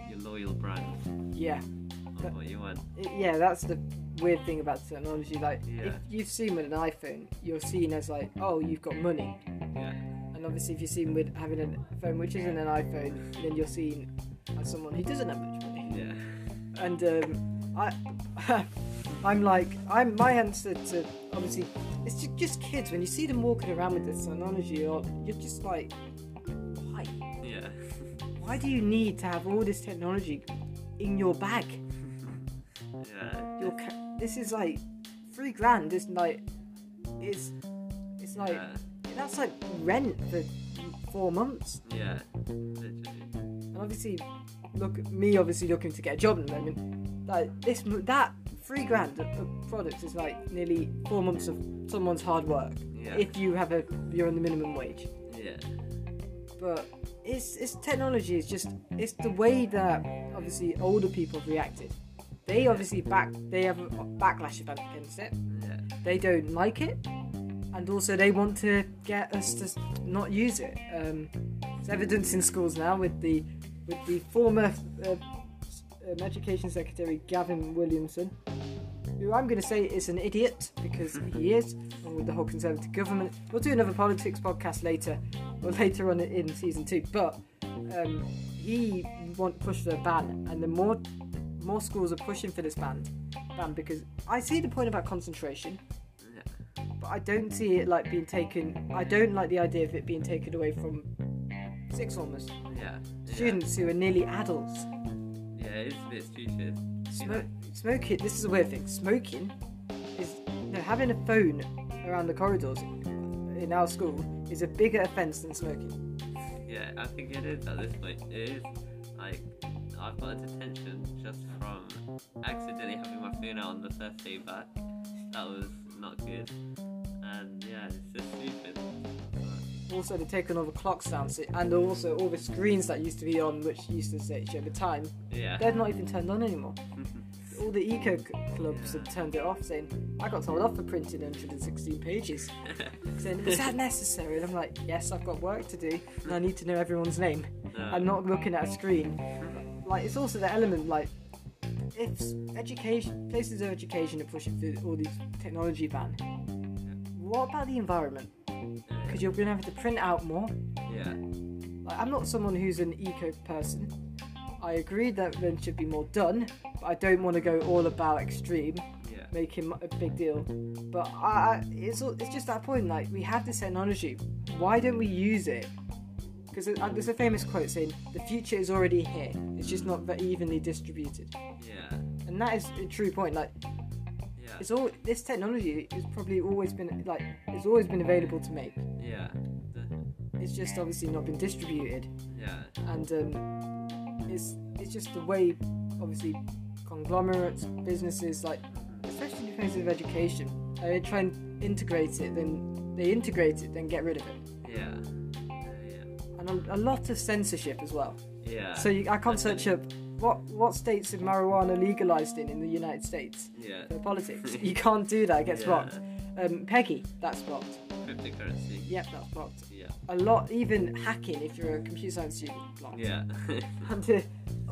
[SPEAKER 2] your loyal brand
[SPEAKER 1] Yeah,
[SPEAKER 2] of what you want.
[SPEAKER 1] It- yeah, that's the weird thing about technology. Like, if
[SPEAKER 2] Yeah.
[SPEAKER 1] you've seen with an iPhone, you're seen as like, oh, you've got money.
[SPEAKER 2] Yeah.
[SPEAKER 1] And obviously, if you're seen with having a phone which isn't an iPhone, then you're seen as someone who doesn't have much money.
[SPEAKER 2] Yeah.
[SPEAKER 1] and um, I, I'm like, I'm my answer to obviously, it's ju- just kids. When you see them walking around with this technology, you're, you're just like, why?
[SPEAKER 2] Yeah.
[SPEAKER 1] Why do you need to have all this technology in your bag?
[SPEAKER 2] Yeah.
[SPEAKER 1] Your ca- this is like three grand. It's like, it's it's like
[SPEAKER 2] yeah.
[SPEAKER 1] that's like rent for four months.
[SPEAKER 2] Yeah. Literally.
[SPEAKER 1] and obviously, look me obviously looking to get a job at the moment. Like this, mo- that three grand of, of products is like nearly four months of someone's hard work.
[SPEAKER 2] Yeah.
[SPEAKER 1] If you have a, you're on the minimum wage.
[SPEAKER 2] Yeah.
[SPEAKER 1] But it's it's technology. It's just it's the way that obviously older people have reacted. They obviously back they have a backlash event against it.
[SPEAKER 2] Yeah.
[SPEAKER 1] They don't like it, and also they want to get us to s- not use it. Um, it's evidence in schools now with the with the former uh, s- um, Education Secretary Gavin Williamson, who I'm going to say is an idiot because he is, and with the whole Conservative government. We'll do another politics podcast later, or later on in season two. But um, he want pushed a ban, and the more more schools are pushing for this ban, ban because I see the point about concentration but I don't see it like being taken. I don't like the idea of it being taken away from six formers,
[SPEAKER 2] Yeah. Yeah.
[SPEAKER 1] students who are nearly adults.
[SPEAKER 2] Yeah, it's a bit stupid.
[SPEAKER 1] Smoke, smoking. This is a weird thing. Smoking is you know, having a phone around the corridors in our school is a bigger offence than smoking.
[SPEAKER 2] Yeah, I think it is at this point. It is. Like, I've got a detention just from accidentally having my phone out on the first day back. That was not good. And yeah, it's just stupid.
[SPEAKER 1] Also, they've taken all the clocks down, so- and also all the screens that used to be on, which used to say show the time,
[SPEAKER 2] Yeah.
[SPEAKER 1] they're not even turned on anymore. All the eco c- clubs have turned it off, saying, "I got told off for printing 116 pages." saying, Is that necessary? And I'm like, Yes, I've got work to do and I need to know everyone's name.
[SPEAKER 2] No.
[SPEAKER 1] I'm not looking at a screen. Like, it's also the element, like, if s- education, places of education are pushing for all these technology ban, what about the environment? Because you're going to have to print out more.
[SPEAKER 2] yeah.
[SPEAKER 1] Like, I'm not someone who's an eco person. I agree that there should be more done, but I don't want to go all about extreme
[SPEAKER 2] Yeah.
[SPEAKER 1] making a big deal. But I, I- it's all- it's just that point. Like we have this technology, why don't we use it? Because there's a famous quote saying, "The future is already here. It's just not ve- evenly distributed."
[SPEAKER 2] Yeah.
[SPEAKER 1] And that is a true point. Like
[SPEAKER 2] Yeah.
[SPEAKER 1] it's all this technology has probably always been like it's always been available to make.
[SPEAKER 2] Yeah. The-
[SPEAKER 1] It's just obviously not been distributed,
[SPEAKER 2] Yeah.
[SPEAKER 1] and um, it's it's just the way obviously conglomerates, businesses like especially in terms of education, uh, they try and integrate it, then they integrate it, then get rid of it.
[SPEAKER 2] Yeah. Yeah.
[SPEAKER 1] And a, a lot of censorship as well.
[SPEAKER 2] Yeah.
[SPEAKER 1] So you, I can't search up what what states is marijuana legalized in in the United States
[SPEAKER 2] Yeah.
[SPEAKER 1] for politics. you can't do that; it gets
[SPEAKER 2] Yeah.
[SPEAKER 1] blocked. Um, Peggy, that's blocked.
[SPEAKER 2] Cryptocurrency.
[SPEAKER 1] Yep, that's blocked.
[SPEAKER 2] Yeah.
[SPEAKER 1] A lot, even hacking if you're a computer science student, blocked.
[SPEAKER 2] Yeah.
[SPEAKER 1] And uh,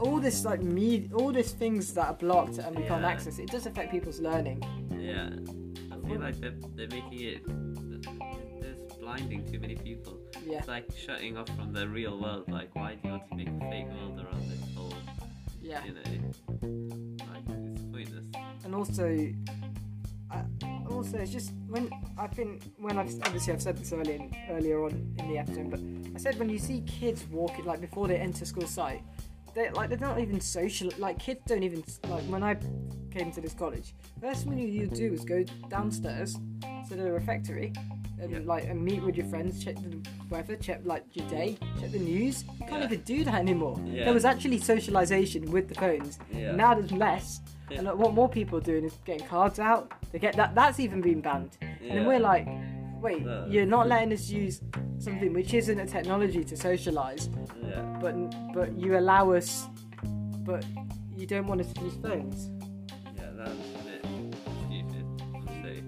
[SPEAKER 1] all this like me, all these things that are blocked and we can't
[SPEAKER 2] Yeah.
[SPEAKER 1] access. It does affect people's learning.
[SPEAKER 2] yeah. I feel like they're, they're making it. They're just blinding too many people.
[SPEAKER 1] Yeah,
[SPEAKER 2] It's like shutting off from the real world. Like, why do you want to make a fake world around this whole,
[SPEAKER 1] yeah.
[SPEAKER 2] you know? Like, it's pointless.
[SPEAKER 1] and also, I, also it's just when I've been when I've obviously I've said this earlier in, earlier on in the episode, but I said when you see kids walking like before they enter school site, they like they're not even social. Like kids don't even like when I came to this college, first thing you, you do is go downstairs to the refectory. And,
[SPEAKER 2] Yeah.
[SPEAKER 1] Like and meet with your friends, check the weather, check like your day, check the news. You can't
[SPEAKER 2] Yeah.
[SPEAKER 1] even do that anymore.
[SPEAKER 2] Yeah.
[SPEAKER 1] There was actually socialisation with the phones.
[SPEAKER 2] Yeah.
[SPEAKER 1] Now there's less,
[SPEAKER 2] Yeah.
[SPEAKER 1] and like, what more people are doing is getting cards out. They get that. That's even been banned. And then
[SPEAKER 2] Yeah.
[SPEAKER 1] we're like, wait,
[SPEAKER 2] No.
[SPEAKER 1] you're not letting us use something which isn't a technology to socialise,
[SPEAKER 2] Yeah.
[SPEAKER 1] but but you allow us, but you don't want us to use phones.
[SPEAKER 2] Yeah, that's a bit stupid. honestly.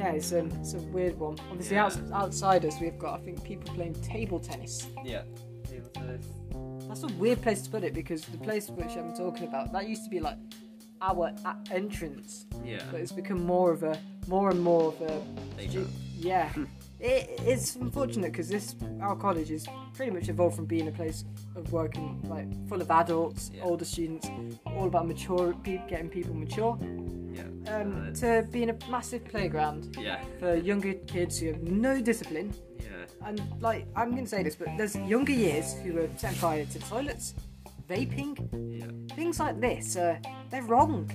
[SPEAKER 1] Yeah, it's, um, it's a weird one. Obviously,
[SPEAKER 2] Yeah.
[SPEAKER 1] outs- outsiders, we've got I think people playing table tennis.
[SPEAKER 2] Yeah. Table tennis.
[SPEAKER 1] That's a weird place to put it because the place which I'm talking about that used to be like our uh, entrance
[SPEAKER 2] Yeah.
[SPEAKER 1] but it's become more of a more and more of a
[SPEAKER 2] Playground.
[SPEAKER 1] yeah it, it's unfortunate because this our college is pretty much evolved from being a place of working like full of adults
[SPEAKER 2] Yeah.
[SPEAKER 1] older students all about mature pe- getting people mature
[SPEAKER 2] Yeah.
[SPEAKER 1] um,
[SPEAKER 2] Uh,
[SPEAKER 1] to being a massive playground
[SPEAKER 2] yeah.
[SPEAKER 1] for younger kids who have no discipline
[SPEAKER 2] Yeah.
[SPEAKER 1] and like i'm going to say this but there's younger years who were set fire to toilets vaping
[SPEAKER 2] Yeah.
[SPEAKER 1] things like this uh, they're wrong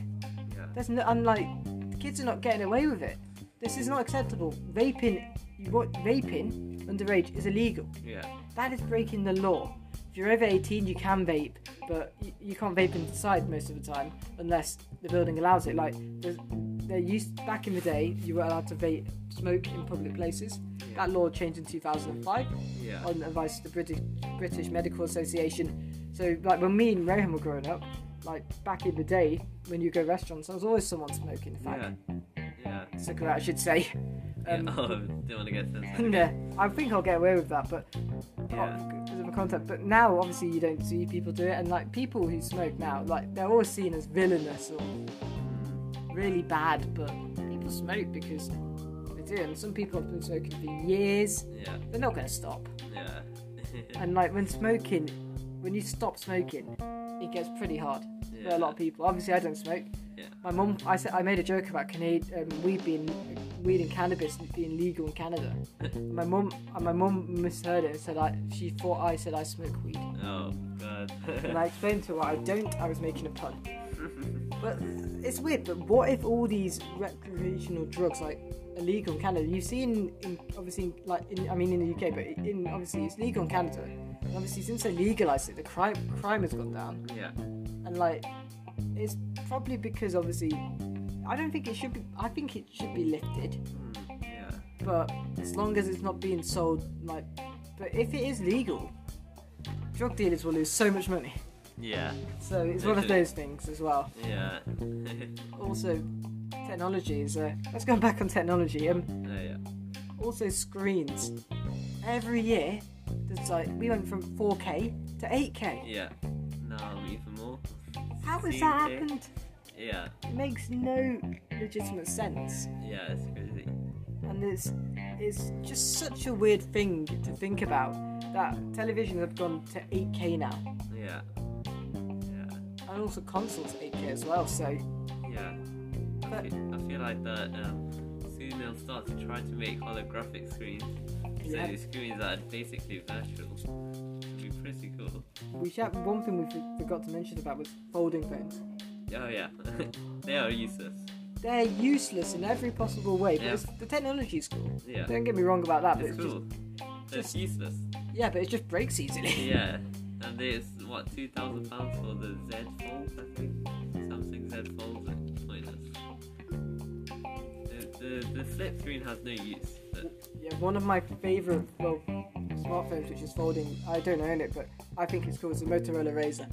[SPEAKER 2] Yeah.
[SPEAKER 1] there's no, I'm like, the kids are not getting away with it. This is not acceptable. Vaping, you what? Vaping underage is illegal.
[SPEAKER 2] Yeah.
[SPEAKER 1] That is breaking the law. If you're over 18, you can vape, but you, you can't vape inside most of the time unless the building allows it. Like, there's, there used back in the day, you were allowed to vape, smoke in public places.
[SPEAKER 2] Yeah.
[SPEAKER 1] That law changed in 2005
[SPEAKER 2] Yeah.
[SPEAKER 1] on the advice of the British British Medical Association. So, like when me and Rohan were growing up, like back in the day when you go to restaurants, there was always someone smoking. In fact,
[SPEAKER 2] Yeah. Yeah.
[SPEAKER 1] cigarette, I should say.
[SPEAKER 2] yeah.
[SPEAKER 1] Um,
[SPEAKER 2] oh, don't want to get censored.
[SPEAKER 1] and, uh, I think I'll get away with that, but
[SPEAKER 2] Yeah.
[SPEAKER 1] oh, because of the contact. But now, obviously, you don't see people do it, and like people who smoke now, like they're all seen as villainous or really bad. But people smoke because they do, and some people have been smoking for years.
[SPEAKER 2] Yeah.
[SPEAKER 1] They're not going to stop.
[SPEAKER 2] Yeah.
[SPEAKER 1] And like when smoking, when you stop smoking, it gets pretty hard for
[SPEAKER 2] Yeah.
[SPEAKER 1] a lot of people. Obviously, I don't smoke.
[SPEAKER 2] Yeah.
[SPEAKER 1] My mum, I said, I made a joke about Canadian um, weed being weed and cannabis being legal in Canada. my mum, and my mum misheard it and said I, she thought I said I smoke weed.
[SPEAKER 2] oh god.
[SPEAKER 1] And I explained to her I don't. I was making a pun. But it's weird. But what if all these recreational drugs like illegal in Canada? You've seen in obviously like in, I mean in the UK, but in obviously it's legal in Canada. And obviously since they legalized it, the crime crime has gone down.
[SPEAKER 2] yeah.
[SPEAKER 1] And like it's probably because obviously I don't think it should be. I think it should be lifted
[SPEAKER 2] Mm, Yeah.
[SPEAKER 1] but as long as it's not being sold, like, but if it is legal, drug dealers will lose so much money.
[SPEAKER 2] Yeah.
[SPEAKER 1] So it's one of
[SPEAKER 2] Literally.
[SPEAKER 1] those things as well.
[SPEAKER 2] Yeah.
[SPEAKER 1] Also, technology is. Uh, let's go back on technology. Um,
[SPEAKER 2] oh, yeah.
[SPEAKER 1] also screens. Every year, there's like we went from 4K to 8K.
[SPEAKER 2] Yeah. No, even more.
[SPEAKER 1] How has that
[SPEAKER 2] 16K.
[SPEAKER 1] happened?
[SPEAKER 2] Yeah.
[SPEAKER 1] It makes no legitimate sense,
[SPEAKER 2] Yeah, it's crazy.
[SPEAKER 1] and it's it's just such a weird thing to think about that televisions have gone to 8K now.
[SPEAKER 2] Yeah. Yeah.
[SPEAKER 1] and also consoles 8K as well. So
[SPEAKER 2] Yeah. I
[SPEAKER 1] But-
[SPEAKER 2] feel, I feel like that um, soon they'll start to try to make holographic screens.
[SPEAKER 1] Yeah.
[SPEAKER 2] So screens that are basically virtual. It'd be pretty cool.
[SPEAKER 1] we should, one thing we f- forgot to mention about was folding phones.
[SPEAKER 2] Oh yeah. they are useless.
[SPEAKER 1] They're useless in every possible way, but
[SPEAKER 2] Yeah.
[SPEAKER 1] it's, the technology's cool.
[SPEAKER 2] Yeah.
[SPEAKER 1] Don't get me wrong about that, but
[SPEAKER 2] It's
[SPEAKER 1] it's
[SPEAKER 2] cool. But it's
[SPEAKER 1] just-
[SPEAKER 2] useless.
[SPEAKER 1] just, yeah, but it just breaks easily.
[SPEAKER 2] Yeah. And it's what, two thousand pounds for the Z Fold, I think? Samsung Z Fold are pointless. The, the, the flip screen has no use. But
[SPEAKER 1] yeah, one of my favourite well smartphones, which is folding. I don't own it, but I think it's cool. It's a Motorola Razr.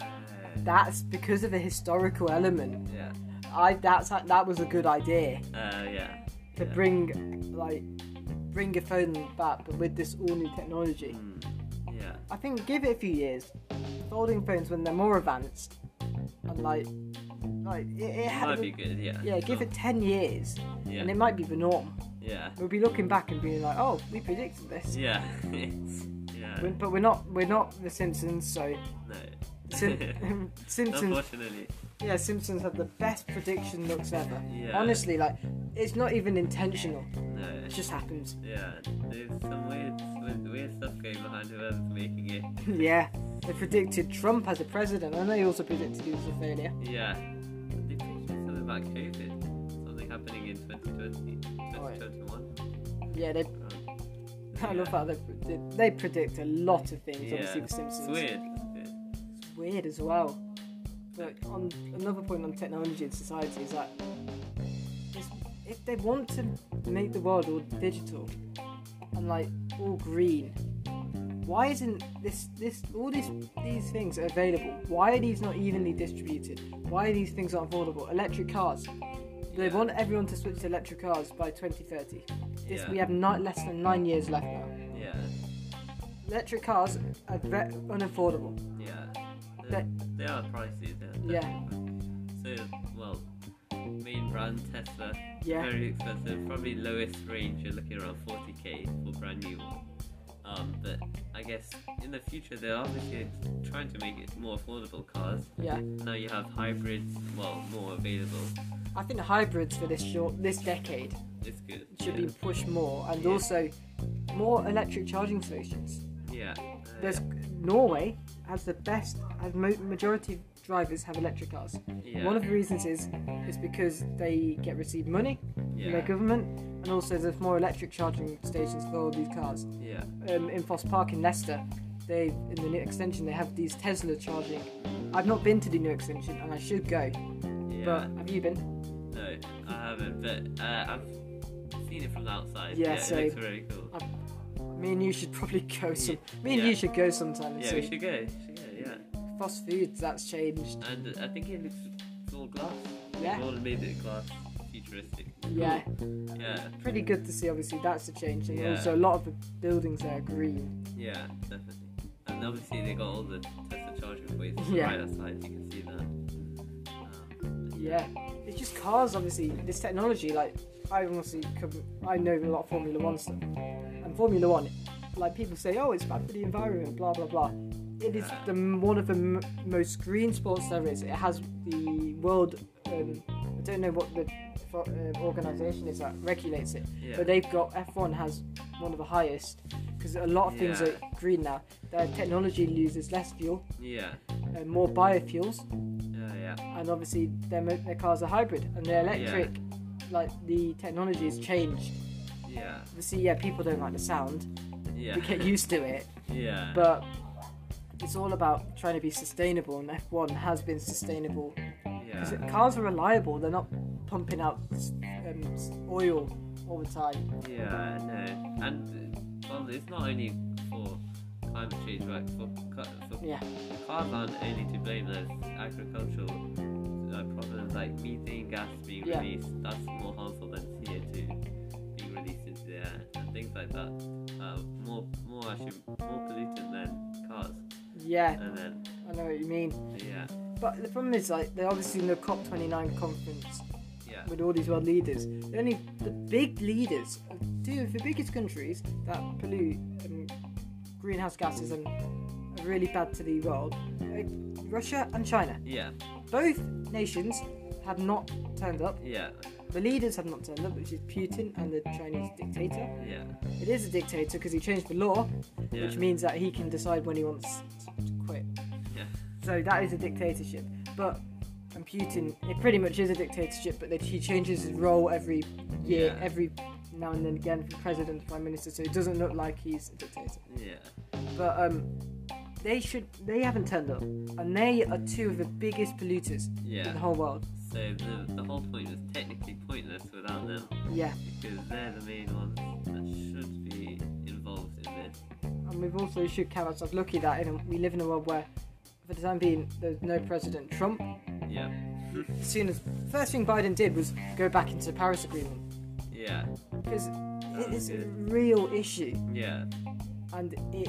[SPEAKER 2] uh,
[SPEAKER 1] That's because of the historical element.
[SPEAKER 2] yeah.
[SPEAKER 1] I that's that was a good idea
[SPEAKER 2] Uh, yeah.
[SPEAKER 1] to
[SPEAKER 2] Yeah.
[SPEAKER 1] bring like bring a phone back, but with this all new technology.
[SPEAKER 2] Mm, yeah.
[SPEAKER 1] I think give it a few years. Folding phones when they're more advanced, and like, like it, it ha-
[SPEAKER 2] Might be good, yeah.
[SPEAKER 1] yeah, give it ten years,
[SPEAKER 2] Yeah.
[SPEAKER 1] and it might be the norm.
[SPEAKER 2] Yeah.
[SPEAKER 1] We'll be looking back and being like, oh, we predicted this.
[SPEAKER 2] Yeah. yeah.
[SPEAKER 1] We're- but we're not, we're not the Simpsons, so
[SPEAKER 2] No.
[SPEAKER 1] Sim- Simpsons,
[SPEAKER 2] Unfortunately.
[SPEAKER 1] yeah, Simpsons have the best prediction looks ever.
[SPEAKER 2] Yeah.
[SPEAKER 1] Honestly, like, it's not even intentional;
[SPEAKER 2] No.
[SPEAKER 1] it just happens.
[SPEAKER 2] Yeah. There's some weird, weird, weird stuff going behind whoever's making it.
[SPEAKER 1] yeah, they predicted Trump as a president, and they also predicted he was a failure.
[SPEAKER 2] Yeah. They predicted something about COVID. Something happening in 2020,
[SPEAKER 1] Oh, yeah.
[SPEAKER 2] 2021.
[SPEAKER 1] Yeah, they
[SPEAKER 2] Um,
[SPEAKER 1] I love how they, they, they predict a lot of things.
[SPEAKER 2] yeah.
[SPEAKER 1] Obviously, The
[SPEAKER 2] It's
[SPEAKER 1] Simpsons.
[SPEAKER 2] weird. It's weird.
[SPEAKER 1] It's weird as well. But on another point on technology and society is that it's, if they want to make the world all digital and like all green, why isn't this this all these these things available? Why are these not evenly distributed? Why are these things not affordable? Electric cars. They
[SPEAKER 2] Yeah.
[SPEAKER 1] want everyone to switch to electric cars by 2030. This,
[SPEAKER 2] Yeah.
[SPEAKER 1] We have not less than nine years left now.
[SPEAKER 2] Yeah.
[SPEAKER 1] Electric cars are ve- unaffordable.
[SPEAKER 2] Yeah. They,
[SPEAKER 1] But-
[SPEAKER 2] they are pricey. They're,
[SPEAKER 1] Yeah.
[SPEAKER 2] So, well, main brand Tesla.
[SPEAKER 1] Yeah.
[SPEAKER 2] Very expensive. Probably lowest range you're looking around 40k for brand new one. Um, but I guess in the future they're obviously trying to make it more affordable cars.
[SPEAKER 1] Yeah,
[SPEAKER 2] Now you have hybrids, well, more available.
[SPEAKER 1] I think hybrids for this short this decade
[SPEAKER 2] It's good.
[SPEAKER 1] should
[SPEAKER 2] yeah.
[SPEAKER 1] be pushed more, and
[SPEAKER 2] Yeah.
[SPEAKER 1] also more electric charging stations.
[SPEAKER 2] Yeah. Uh,
[SPEAKER 1] There's Norway has the best, has mo- majority of drivers have electric cars.
[SPEAKER 2] yeah.
[SPEAKER 1] One of the reasons is is because they get received money from
[SPEAKER 2] yeah.
[SPEAKER 1] their government, and also there's more electric charging stations for all these cars.
[SPEAKER 2] Yeah.
[SPEAKER 1] um, in Foss Park in Leicester, they in the new extension they have these Tesla charging. I've not been to the new extension and I should go,
[SPEAKER 2] Yeah.
[SPEAKER 1] but have you been?
[SPEAKER 2] No, I haven't. But uh, I've seen it from the outside.
[SPEAKER 1] Yeah,
[SPEAKER 2] it
[SPEAKER 1] so-
[SPEAKER 2] looks really cool.
[SPEAKER 1] Me and you should probably go some. Me and
[SPEAKER 2] Yeah.
[SPEAKER 1] you should go sometime and
[SPEAKER 2] Yeah,
[SPEAKER 1] see.
[SPEAKER 2] we should go. We should go. Yeah.
[SPEAKER 1] fast foods that's changed.
[SPEAKER 2] And I think it looks it's all glass.
[SPEAKER 1] Yeah.
[SPEAKER 2] They've all made it glass, futuristic.
[SPEAKER 1] Yeah,
[SPEAKER 2] Yeah,
[SPEAKER 1] pretty good to see. Obviously, that's a change, and
[SPEAKER 2] Yeah.
[SPEAKER 1] also a lot of the buildings there are green.
[SPEAKER 2] yeah, definitely. And obviously they got all the Tesla charging points
[SPEAKER 1] Yeah.
[SPEAKER 2] right outside. You can see that. Um,
[SPEAKER 1] Yeah, it's just cars. Obviously, this technology. Like, I honestly, couldn't, I know a lot of Formula One stuff, and Formula One, like people say, oh, it's bad for the environment, blah blah blah. It is the one of the m- most green sports there is. It has the world. Um, I don't know what the fo- uh, organization is that regulates it,
[SPEAKER 2] Yeah.
[SPEAKER 1] but they've got F1 has one of the highest because a lot of things
[SPEAKER 2] Yeah.
[SPEAKER 1] are green now. Their technology uses less fuel
[SPEAKER 2] Yeah.
[SPEAKER 1] and more biofuels
[SPEAKER 2] Yeah. Yeah.
[SPEAKER 1] and obviously their mo- their cars are hybrid and they're electric. Like the technology has changed.
[SPEAKER 2] Yeah.
[SPEAKER 1] Obviously, yeah, people don't like the sound.
[SPEAKER 2] Yeah.
[SPEAKER 1] We get used to it,
[SPEAKER 2] yeah.
[SPEAKER 1] but it's all about trying to be sustainable, and F1 has been sustainable. 'Cause
[SPEAKER 2] yeah.
[SPEAKER 1] Cars are reliable; they're not pumping out s- um, s- oil all the time.
[SPEAKER 2] Yeah, no, and uh, well, it's not only for climate change, right? For, ca- for
[SPEAKER 1] Yeah,
[SPEAKER 2] cars aren't only to blame. There's agricultural uh, problems like methane gas being
[SPEAKER 1] Yeah.
[SPEAKER 2] released. That's more harmful than CO2 being released into the air and things like that. Uh, more, more actually, more pollutant than cars.
[SPEAKER 1] yeah,
[SPEAKER 2] And then,
[SPEAKER 1] I know what you mean.
[SPEAKER 2] yeah,
[SPEAKER 1] But the problem is, like, they're obviously in the COP29 conference
[SPEAKER 2] yeah,
[SPEAKER 1] with all these world leaders. The only the big leaders, two of the biggest countries that pollute um, greenhouse gases and are really bad to the world, uh, Russia and China.
[SPEAKER 2] yeah,
[SPEAKER 1] Both nations have not turned up.
[SPEAKER 2] yeah,
[SPEAKER 1] The leaders have not turned up, which is Putin and the Chinese dictator.
[SPEAKER 2] yeah,
[SPEAKER 1] It is a dictator because he changed the law,
[SPEAKER 2] yeah,
[SPEAKER 1] which means that he can decide when he wants to quit.
[SPEAKER 2] yeah,
[SPEAKER 1] So that is a dictatorship. But and Putin, it pretty much is a dictatorship. But that he changes his role every year,
[SPEAKER 2] Yeah.
[SPEAKER 1] every now and then again from president to prime minister. So it doesn't look like he's a dictator.
[SPEAKER 2] yeah,
[SPEAKER 1] But um, they should. They haven't turned up, and they are two of the biggest polluters in the
[SPEAKER 2] yeah.
[SPEAKER 1] whole world.
[SPEAKER 2] So the, the whole point was technically pointless without them.
[SPEAKER 1] Yeah,
[SPEAKER 2] because they're the main ones that should be involved in this.
[SPEAKER 1] and we've also should count ourselves lucky that in a, we live in a world where. For the time being, there's no President Trump.
[SPEAKER 2] Yeah,
[SPEAKER 1] As soon as first thing Biden did was go back into the Paris Agreement
[SPEAKER 2] yeah,
[SPEAKER 1] because it
[SPEAKER 2] was
[SPEAKER 1] is a
[SPEAKER 2] good.
[SPEAKER 1] real issue.
[SPEAKER 2] yeah,
[SPEAKER 1] and it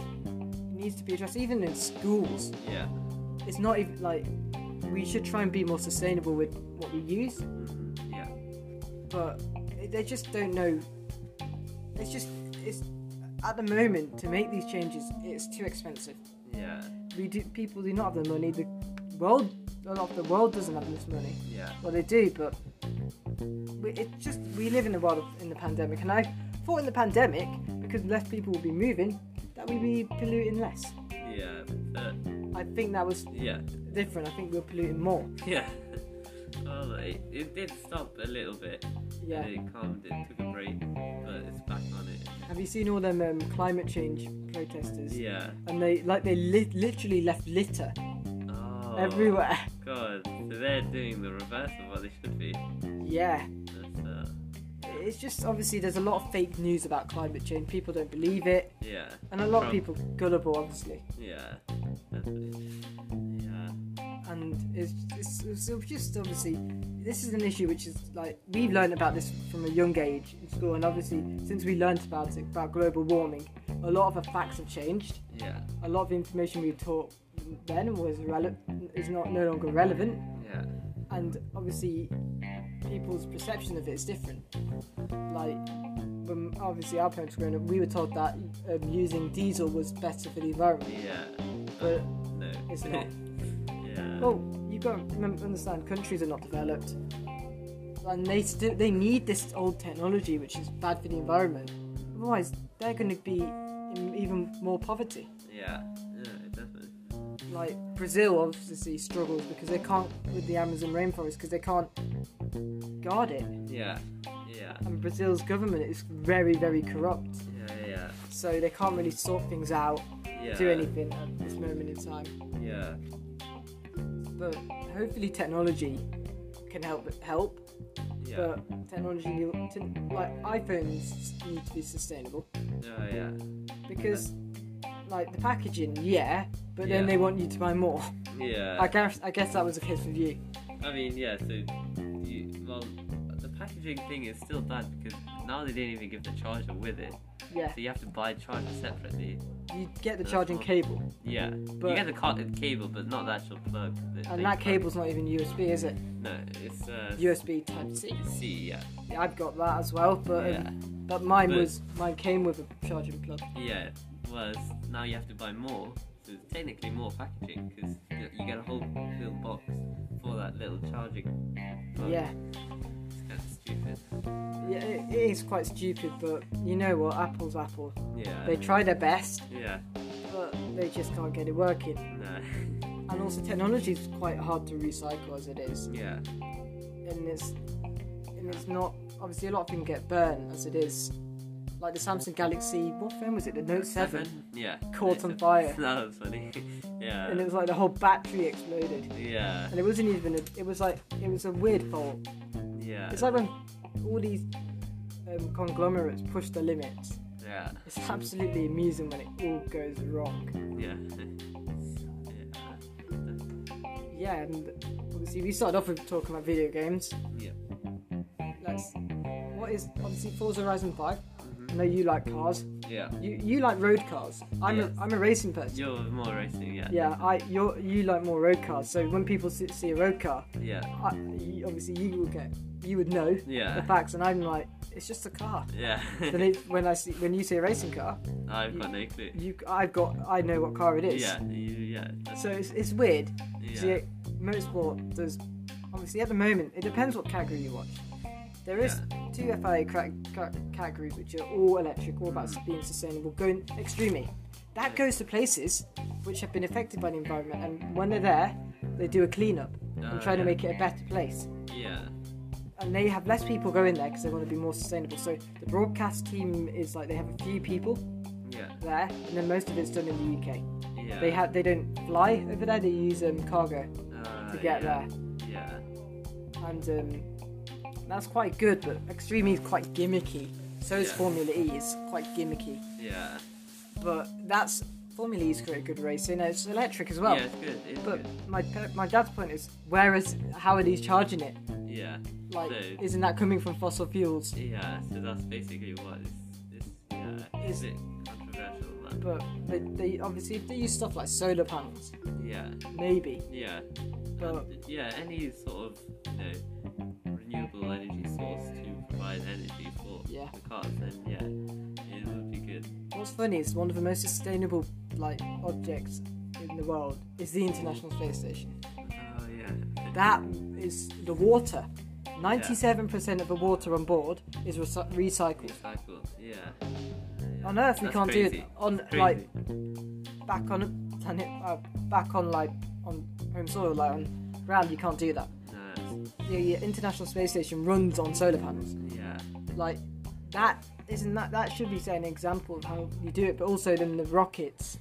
[SPEAKER 1] needs to be addressed even in schools
[SPEAKER 2] yeah,
[SPEAKER 1] it's not even like we should try and be more sustainable with what we use
[SPEAKER 2] mhm, yeah,
[SPEAKER 1] but they just don't know it's just it's at the moment to make these changes it's too expensive
[SPEAKER 2] yeah,
[SPEAKER 1] we do people do not have the money the world a lot of the world doesn't have this money
[SPEAKER 2] yeah,
[SPEAKER 1] well they do but we, it just we live in a world of, in the pandemic and i thought in the pandemic because less people will be moving that we'd be polluting less
[SPEAKER 2] yeah, but
[SPEAKER 1] i think that was
[SPEAKER 2] yeah,
[SPEAKER 1] different. I think we're polluting more.
[SPEAKER 2] yeah. Well, it, it did stop a little bit.
[SPEAKER 1] Yeah.
[SPEAKER 2] And it calmed, it took a break, but it's back on it.
[SPEAKER 1] Have you seen all them um, climate change protesters?
[SPEAKER 2] Yeah.
[SPEAKER 1] And they like they li- literally left litter
[SPEAKER 2] Oh.
[SPEAKER 1] everywhere.
[SPEAKER 2] God, so they're doing the reverse of what they should be.
[SPEAKER 1] Yeah.
[SPEAKER 2] That's, uh,
[SPEAKER 1] It's just obviously there's a lot of fake news about climate change. People don't believe it,
[SPEAKER 2] yeah,
[SPEAKER 1] and a lot of
[SPEAKER 2] Trump.
[SPEAKER 1] people gullible, obviously.
[SPEAKER 2] yeah, definitely. Yeah,
[SPEAKER 1] And it's, it's, it's just obviously this is an issue which is like we've learned about this from a young age in school, and obviously since we learned about it about global warming, a lot of the facts have changed.
[SPEAKER 2] yeah,
[SPEAKER 1] a lot of the information we were taught then was rele- is not no longer relevant,
[SPEAKER 2] yeah,
[SPEAKER 1] and obviously people's perception of it is different. Like when obviously our parents were growing up, we were told that um, using diesel was better for the environment,
[SPEAKER 2] yeah.
[SPEAKER 1] but
[SPEAKER 2] No.
[SPEAKER 1] it's not. Oh.
[SPEAKER 2] yeah.
[SPEAKER 1] well, you got to remember, understand countries are not developed, and they still they need this old technology which is bad for the environment. Otherwise, they're going to be in even more poverty.
[SPEAKER 2] Yeah, yeah, definitely.
[SPEAKER 1] like Brazil obviously struggles because they can't with the Amazon rainforest because they can't guard it,
[SPEAKER 2] Yeah, yeah,
[SPEAKER 1] and Brazil's government is very very corrupt,
[SPEAKER 2] yeah,
[SPEAKER 1] so they can't really sort things out,
[SPEAKER 2] yeah, yeah.
[SPEAKER 1] do anything at this moment in time.
[SPEAKER 2] Yeah,
[SPEAKER 1] But hopefully technology can help help.
[SPEAKER 2] yeah,
[SPEAKER 1] But technology need- t- like iPhones need to be sustainable
[SPEAKER 2] oh, yeah,
[SPEAKER 1] because like the packaging, yeah, but then
[SPEAKER 2] Yeah.
[SPEAKER 1] they want you to buy more.
[SPEAKER 2] Yeah.
[SPEAKER 1] I guess I guess that was the case with you.
[SPEAKER 2] I mean, yeah, so, you, well, the packaging thing is still bad because now they didn't even give the charger with it.
[SPEAKER 1] Yeah,
[SPEAKER 2] So you have to buy a charger separately.
[SPEAKER 1] you get the
[SPEAKER 2] That's
[SPEAKER 1] charging
[SPEAKER 2] all.
[SPEAKER 1] cable,
[SPEAKER 2] Yeah.
[SPEAKER 1] But-
[SPEAKER 2] you get the ca- cable, but not the actual plug. that they
[SPEAKER 1] and that
[SPEAKER 2] plug-
[SPEAKER 1] cable's not even USB, is it?
[SPEAKER 2] No, it's uh,
[SPEAKER 1] USB Type C.
[SPEAKER 2] C, yeah.
[SPEAKER 1] Yeah, I've got that as well, but
[SPEAKER 2] Yeah.
[SPEAKER 1] um, but mine
[SPEAKER 2] But-
[SPEAKER 1] was mine came with a charging plug.
[SPEAKER 2] Yeah, was now you have to buy more. So it's technically more packaging because you get a whole little box for that little charging. plug.
[SPEAKER 1] Yeah,
[SPEAKER 2] It's kind of stupid.
[SPEAKER 1] yeah, it, it is quite stupid, but you know what? Apple's Apple.
[SPEAKER 2] Yeah.
[SPEAKER 1] They try their best,
[SPEAKER 2] Yeah.
[SPEAKER 1] but they just can't get it working.
[SPEAKER 2] No.
[SPEAKER 1] And also, technology is quite hard to recycle as it is,
[SPEAKER 2] yeah.
[SPEAKER 1] and it's and it's not obviously a lot of them get burned as it is. Like the Samsung Galaxy, what phone was it? The Note Seven,
[SPEAKER 2] Yeah.
[SPEAKER 1] Caught on
[SPEAKER 2] It's a-
[SPEAKER 1] fire.
[SPEAKER 2] that was funny. yeah.
[SPEAKER 1] and it was like the whole battery exploded.
[SPEAKER 2] yeah.
[SPEAKER 1] And it wasn't even a, it was like it was a weird fault.
[SPEAKER 2] Yeah.
[SPEAKER 1] It's like when all these um, conglomerates push the limits.
[SPEAKER 2] yeah.
[SPEAKER 1] It's absolutely amusing when it all goes wrong.
[SPEAKER 2] Yeah.
[SPEAKER 1] Yeah, and obviously we started off with talking about video games.
[SPEAKER 2] Yeah.
[SPEAKER 1] Let's. What is obviously Forza Horizon 5?
[SPEAKER 2] Mm-hmm.
[SPEAKER 1] I know you like cars.
[SPEAKER 2] Yeah.
[SPEAKER 1] You you like road cars. I'm
[SPEAKER 2] Yes.
[SPEAKER 1] a, I'm a racing person.
[SPEAKER 2] You're more racing, yeah.
[SPEAKER 1] Yeah, I you you like more road cars. So when people see, see a road car,
[SPEAKER 2] Yeah.
[SPEAKER 1] I, you, obviously you will get you would know the
[SPEAKER 2] Yeah.
[SPEAKER 1] facts, and I'm like it's just a car.
[SPEAKER 2] Yeah.
[SPEAKER 1] Then it, when I see when you see a racing car,
[SPEAKER 2] I've got no clue.
[SPEAKER 1] you I've got I know what car it is.
[SPEAKER 2] Yeah. You, yeah. that's-
[SPEAKER 1] So it's, it's weird.
[SPEAKER 2] Yeah.
[SPEAKER 1] See, motorsport does obviously at the moment it depends what category you watch. There is two FIA cra- ca- categories which are all electric, all about being sustainable, going extremely. That goes to places which have been affected by the environment, and when they're there, they do a cleanup
[SPEAKER 2] Ah,
[SPEAKER 1] and try to
[SPEAKER 2] yeah.
[SPEAKER 1] make it a better place.
[SPEAKER 2] Yeah.
[SPEAKER 1] And they have less people going there because they want to be more sustainable. So the broadcast team is like they have a few people
[SPEAKER 2] Yeah.
[SPEAKER 1] there, and then most of it's done in the UK.
[SPEAKER 2] Yeah.
[SPEAKER 1] They have they don't fly over there; they use um, cargo
[SPEAKER 2] uh,
[SPEAKER 1] to get
[SPEAKER 2] yeah.
[SPEAKER 1] there.
[SPEAKER 2] Yeah.
[SPEAKER 1] and um, that's quite good. But Extreme E is quite gimmicky. So is
[SPEAKER 2] Yeah.
[SPEAKER 1] Formula E. It's quite gimmicky,
[SPEAKER 2] Yeah.
[SPEAKER 1] but that's Formula E's created good racing. and It's electric as well.
[SPEAKER 2] yeah, it's good. It's
[SPEAKER 1] But
[SPEAKER 2] good.
[SPEAKER 1] my pa- my dad's point is, where is how are these charging it?
[SPEAKER 2] Yeah.
[SPEAKER 1] Like,
[SPEAKER 2] So-
[SPEAKER 1] isn't that coming from fossil fuels?
[SPEAKER 2] Yeah. So that's basically what is. It's, yeah.
[SPEAKER 1] It's-
[SPEAKER 2] It's a bit controversial, but
[SPEAKER 1] But they, they obviously if they use stuff like solar panels,
[SPEAKER 2] yeah.
[SPEAKER 1] maybe.
[SPEAKER 2] Yeah.
[SPEAKER 1] But-
[SPEAKER 2] And, yeah, any sort of you know renewable energy source to provide energy for
[SPEAKER 1] Yeah.
[SPEAKER 2] the cars, then yeah, it would be good.
[SPEAKER 1] What's funny is one of the most sustainable like objects in the world is the International Space Station.
[SPEAKER 2] Oh yeah.
[SPEAKER 1] That is the water. 97% of the water on board is recy- recycled.
[SPEAKER 2] Recycle. Yeah.
[SPEAKER 1] On Earth, we
[SPEAKER 2] That's
[SPEAKER 1] can't do
[SPEAKER 2] crazy.
[SPEAKER 1] it. On
[SPEAKER 2] It's
[SPEAKER 1] like
[SPEAKER 2] crazy.
[SPEAKER 1] back on a planet, uh, back on like on home soil, like on ground, you can't do that.
[SPEAKER 2] No, it's-
[SPEAKER 1] The International Space Station runs on solar panels.
[SPEAKER 2] yeah.
[SPEAKER 1] Like that isn't that that should be an example of how you do it. But also then the rockets,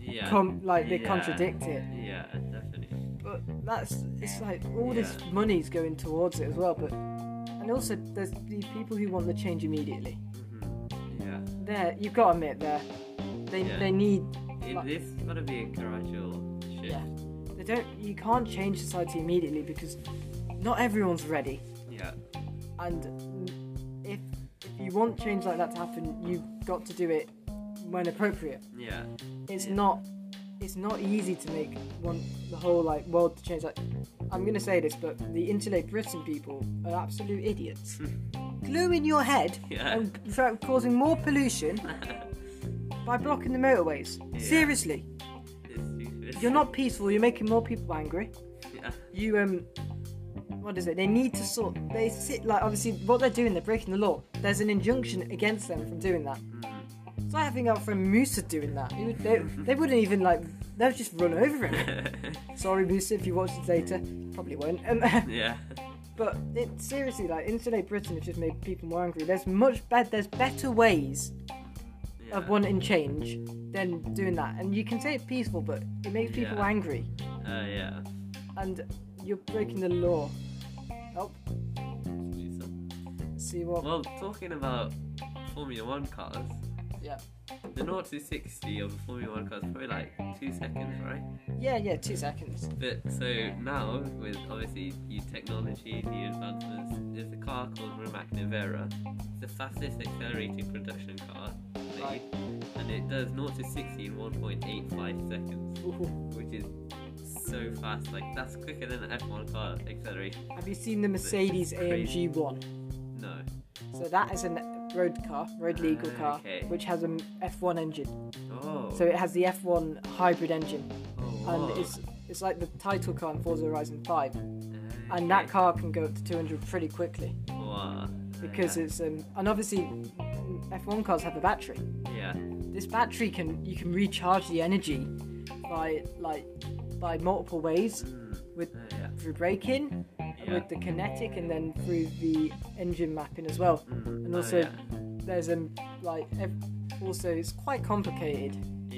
[SPEAKER 2] Yeah.
[SPEAKER 1] com- like they
[SPEAKER 2] Yeah.
[SPEAKER 1] contradict it.
[SPEAKER 2] Yeah, definitely.
[SPEAKER 1] But that's it's like all this
[SPEAKER 2] Yeah.
[SPEAKER 1] money's going towards it as well. But and also there's the people who want the change immediately.
[SPEAKER 2] Mhm. Yeah.
[SPEAKER 1] There, you've got to admit there. They
[SPEAKER 2] Yeah.
[SPEAKER 1] they need.
[SPEAKER 2] It,
[SPEAKER 1] Like-
[SPEAKER 2] this gotta be a gradual shift.
[SPEAKER 1] Yeah. They don't. You can't change society immediately because not everyone's ready.
[SPEAKER 2] Yeah.
[SPEAKER 1] And if if you want change like that to happen, you've got to do it when appropriate.
[SPEAKER 2] Yeah.
[SPEAKER 1] It's
[SPEAKER 2] Yeah.
[SPEAKER 1] not. It's not easy to make one the whole like world to change. Like I'm gonna say this, but the intellect Britain people are absolute idiots. Glue in your head
[SPEAKER 2] Hmm. Yeah.
[SPEAKER 1] and fa- causing more pollution by blocking the motorways.
[SPEAKER 2] Yeah.
[SPEAKER 1] Seriously.
[SPEAKER 2] It's stupid.
[SPEAKER 1] You're not peaceful. You're making more people angry.
[SPEAKER 2] Yeah.
[SPEAKER 1] You um, what is it? They need to sort. They sit like obviously what they're doing. They're breaking the law. There's an injunction against them from doing that.
[SPEAKER 2] Mm.
[SPEAKER 1] It's like having our friend Musa doing that. He would, they, they wouldn't even like. They would just run over him. Sorry, Musa, if you watch this later, probably won't. Um,
[SPEAKER 2] yeah.
[SPEAKER 1] but it, seriously, like internet Britain has just made people more angry. There's much bad. There's better ways
[SPEAKER 2] Yeah.
[SPEAKER 1] of wanting change than doing that. And you can say it peaceful, but it makes people
[SPEAKER 2] Yeah.
[SPEAKER 1] angry.
[SPEAKER 2] Uh, yeah.
[SPEAKER 1] and you're breaking the law. Oh,
[SPEAKER 2] It's decent.
[SPEAKER 1] see what?
[SPEAKER 2] Well, talking about Formula One cars,
[SPEAKER 1] Yeah.
[SPEAKER 2] The 0 to 60 of the Formula One car is probably like two seconds, right?
[SPEAKER 1] Yeah, yeah, two seconds.
[SPEAKER 2] But so now, with obviously new technology, new advancements, there's a car called Rimac Nevera. It's the fastest accelerating production car, made,
[SPEAKER 1] Right.
[SPEAKER 2] and it does 0 to 60 in 1.85 seconds,
[SPEAKER 1] Ooh.
[SPEAKER 2] which is so fast. Like that's quicker than an F1 car acceleration.
[SPEAKER 1] Have you seen the Mercedes
[SPEAKER 2] crazy.
[SPEAKER 1] AMG one?
[SPEAKER 2] No,
[SPEAKER 1] So that is a road car, road legal
[SPEAKER 2] Ah,
[SPEAKER 1] car,
[SPEAKER 2] okay.
[SPEAKER 1] which has an F1 engine.
[SPEAKER 2] oh,
[SPEAKER 1] So it has the F1 hybrid engine,
[SPEAKER 2] oh,
[SPEAKER 1] and
[SPEAKER 2] wow.
[SPEAKER 1] it's it's like the title car in Forza Horizon 5,
[SPEAKER 2] Okay.
[SPEAKER 1] and that car can go up to 200 pretty quickly
[SPEAKER 2] Wow.
[SPEAKER 1] because
[SPEAKER 2] yeah.
[SPEAKER 1] it's um and obviously mm, F1 cars have a battery.
[SPEAKER 2] yeah,
[SPEAKER 1] This battery can you can recharge the energy by like by multiple ways with
[SPEAKER 2] uh, yeah,
[SPEAKER 1] through braking,
[SPEAKER 2] yeah.
[SPEAKER 1] with the kinetic, and then through the engine mapping as well.
[SPEAKER 2] Mm,
[SPEAKER 1] and
[SPEAKER 2] oh,
[SPEAKER 1] also
[SPEAKER 2] yeah.
[SPEAKER 1] there's um like ev- also it's quite complicated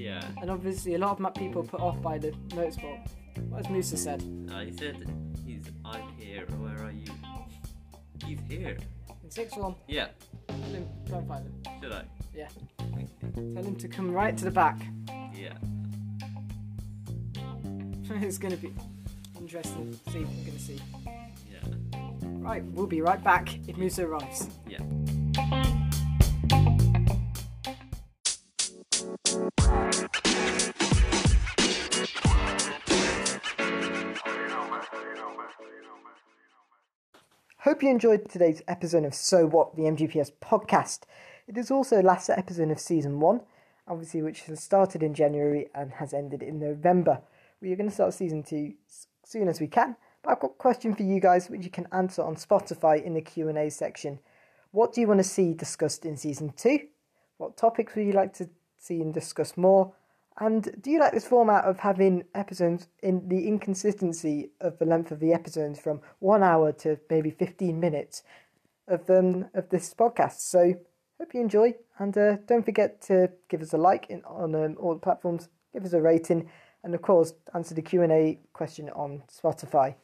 [SPEAKER 2] yeah.
[SPEAKER 1] and obviously a lot of ma- people put off by the motorsport Well, as Musa said
[SPEAKER 2] Uh, he said he's I'm here. Where are you? He's here.
[SPEAKER 1] in sixth form
[SPEAKER 2] Yeah.
[SPEAKER 1] tell him try and find him
[SPEAKER 2] Should I?
[SPEAKER 1] Yeah.
[SPEAKER 2] Okay.
[SPEAKER 1] tell him to come right to the back
[SPEAKER 2] Yeah.
[SPEAKER 1] it's gonna be interesting to see what we're gonna see
[SPEAKER 2] Yeah.
[SPEAKER 1] right we'll be right back if Musa arrives
[SPEAKER 2] Yeah.
[SPEAKER 1] Hope you enjoyed today's episode of So What, the MGPS podcast. It is also the last episode of season one, obviously, which has started in January and has ended in November. We are going to start season two as soon as we can. But I've got a question for you guys, which you can answer on Spotify in the Q and A section. What do you want to see discussed in season two? What topics would you like to see and discuss more? And do you like this format of having episodes in the inconsistency of the length of the episodes from one hour to maybe 15 minutes of um, of this podcast? So, hope you enjoy and uh, don't forget to give us a like in, on um, all the platforms, give us a rating, and of course, answer the Q&A question on Spotify.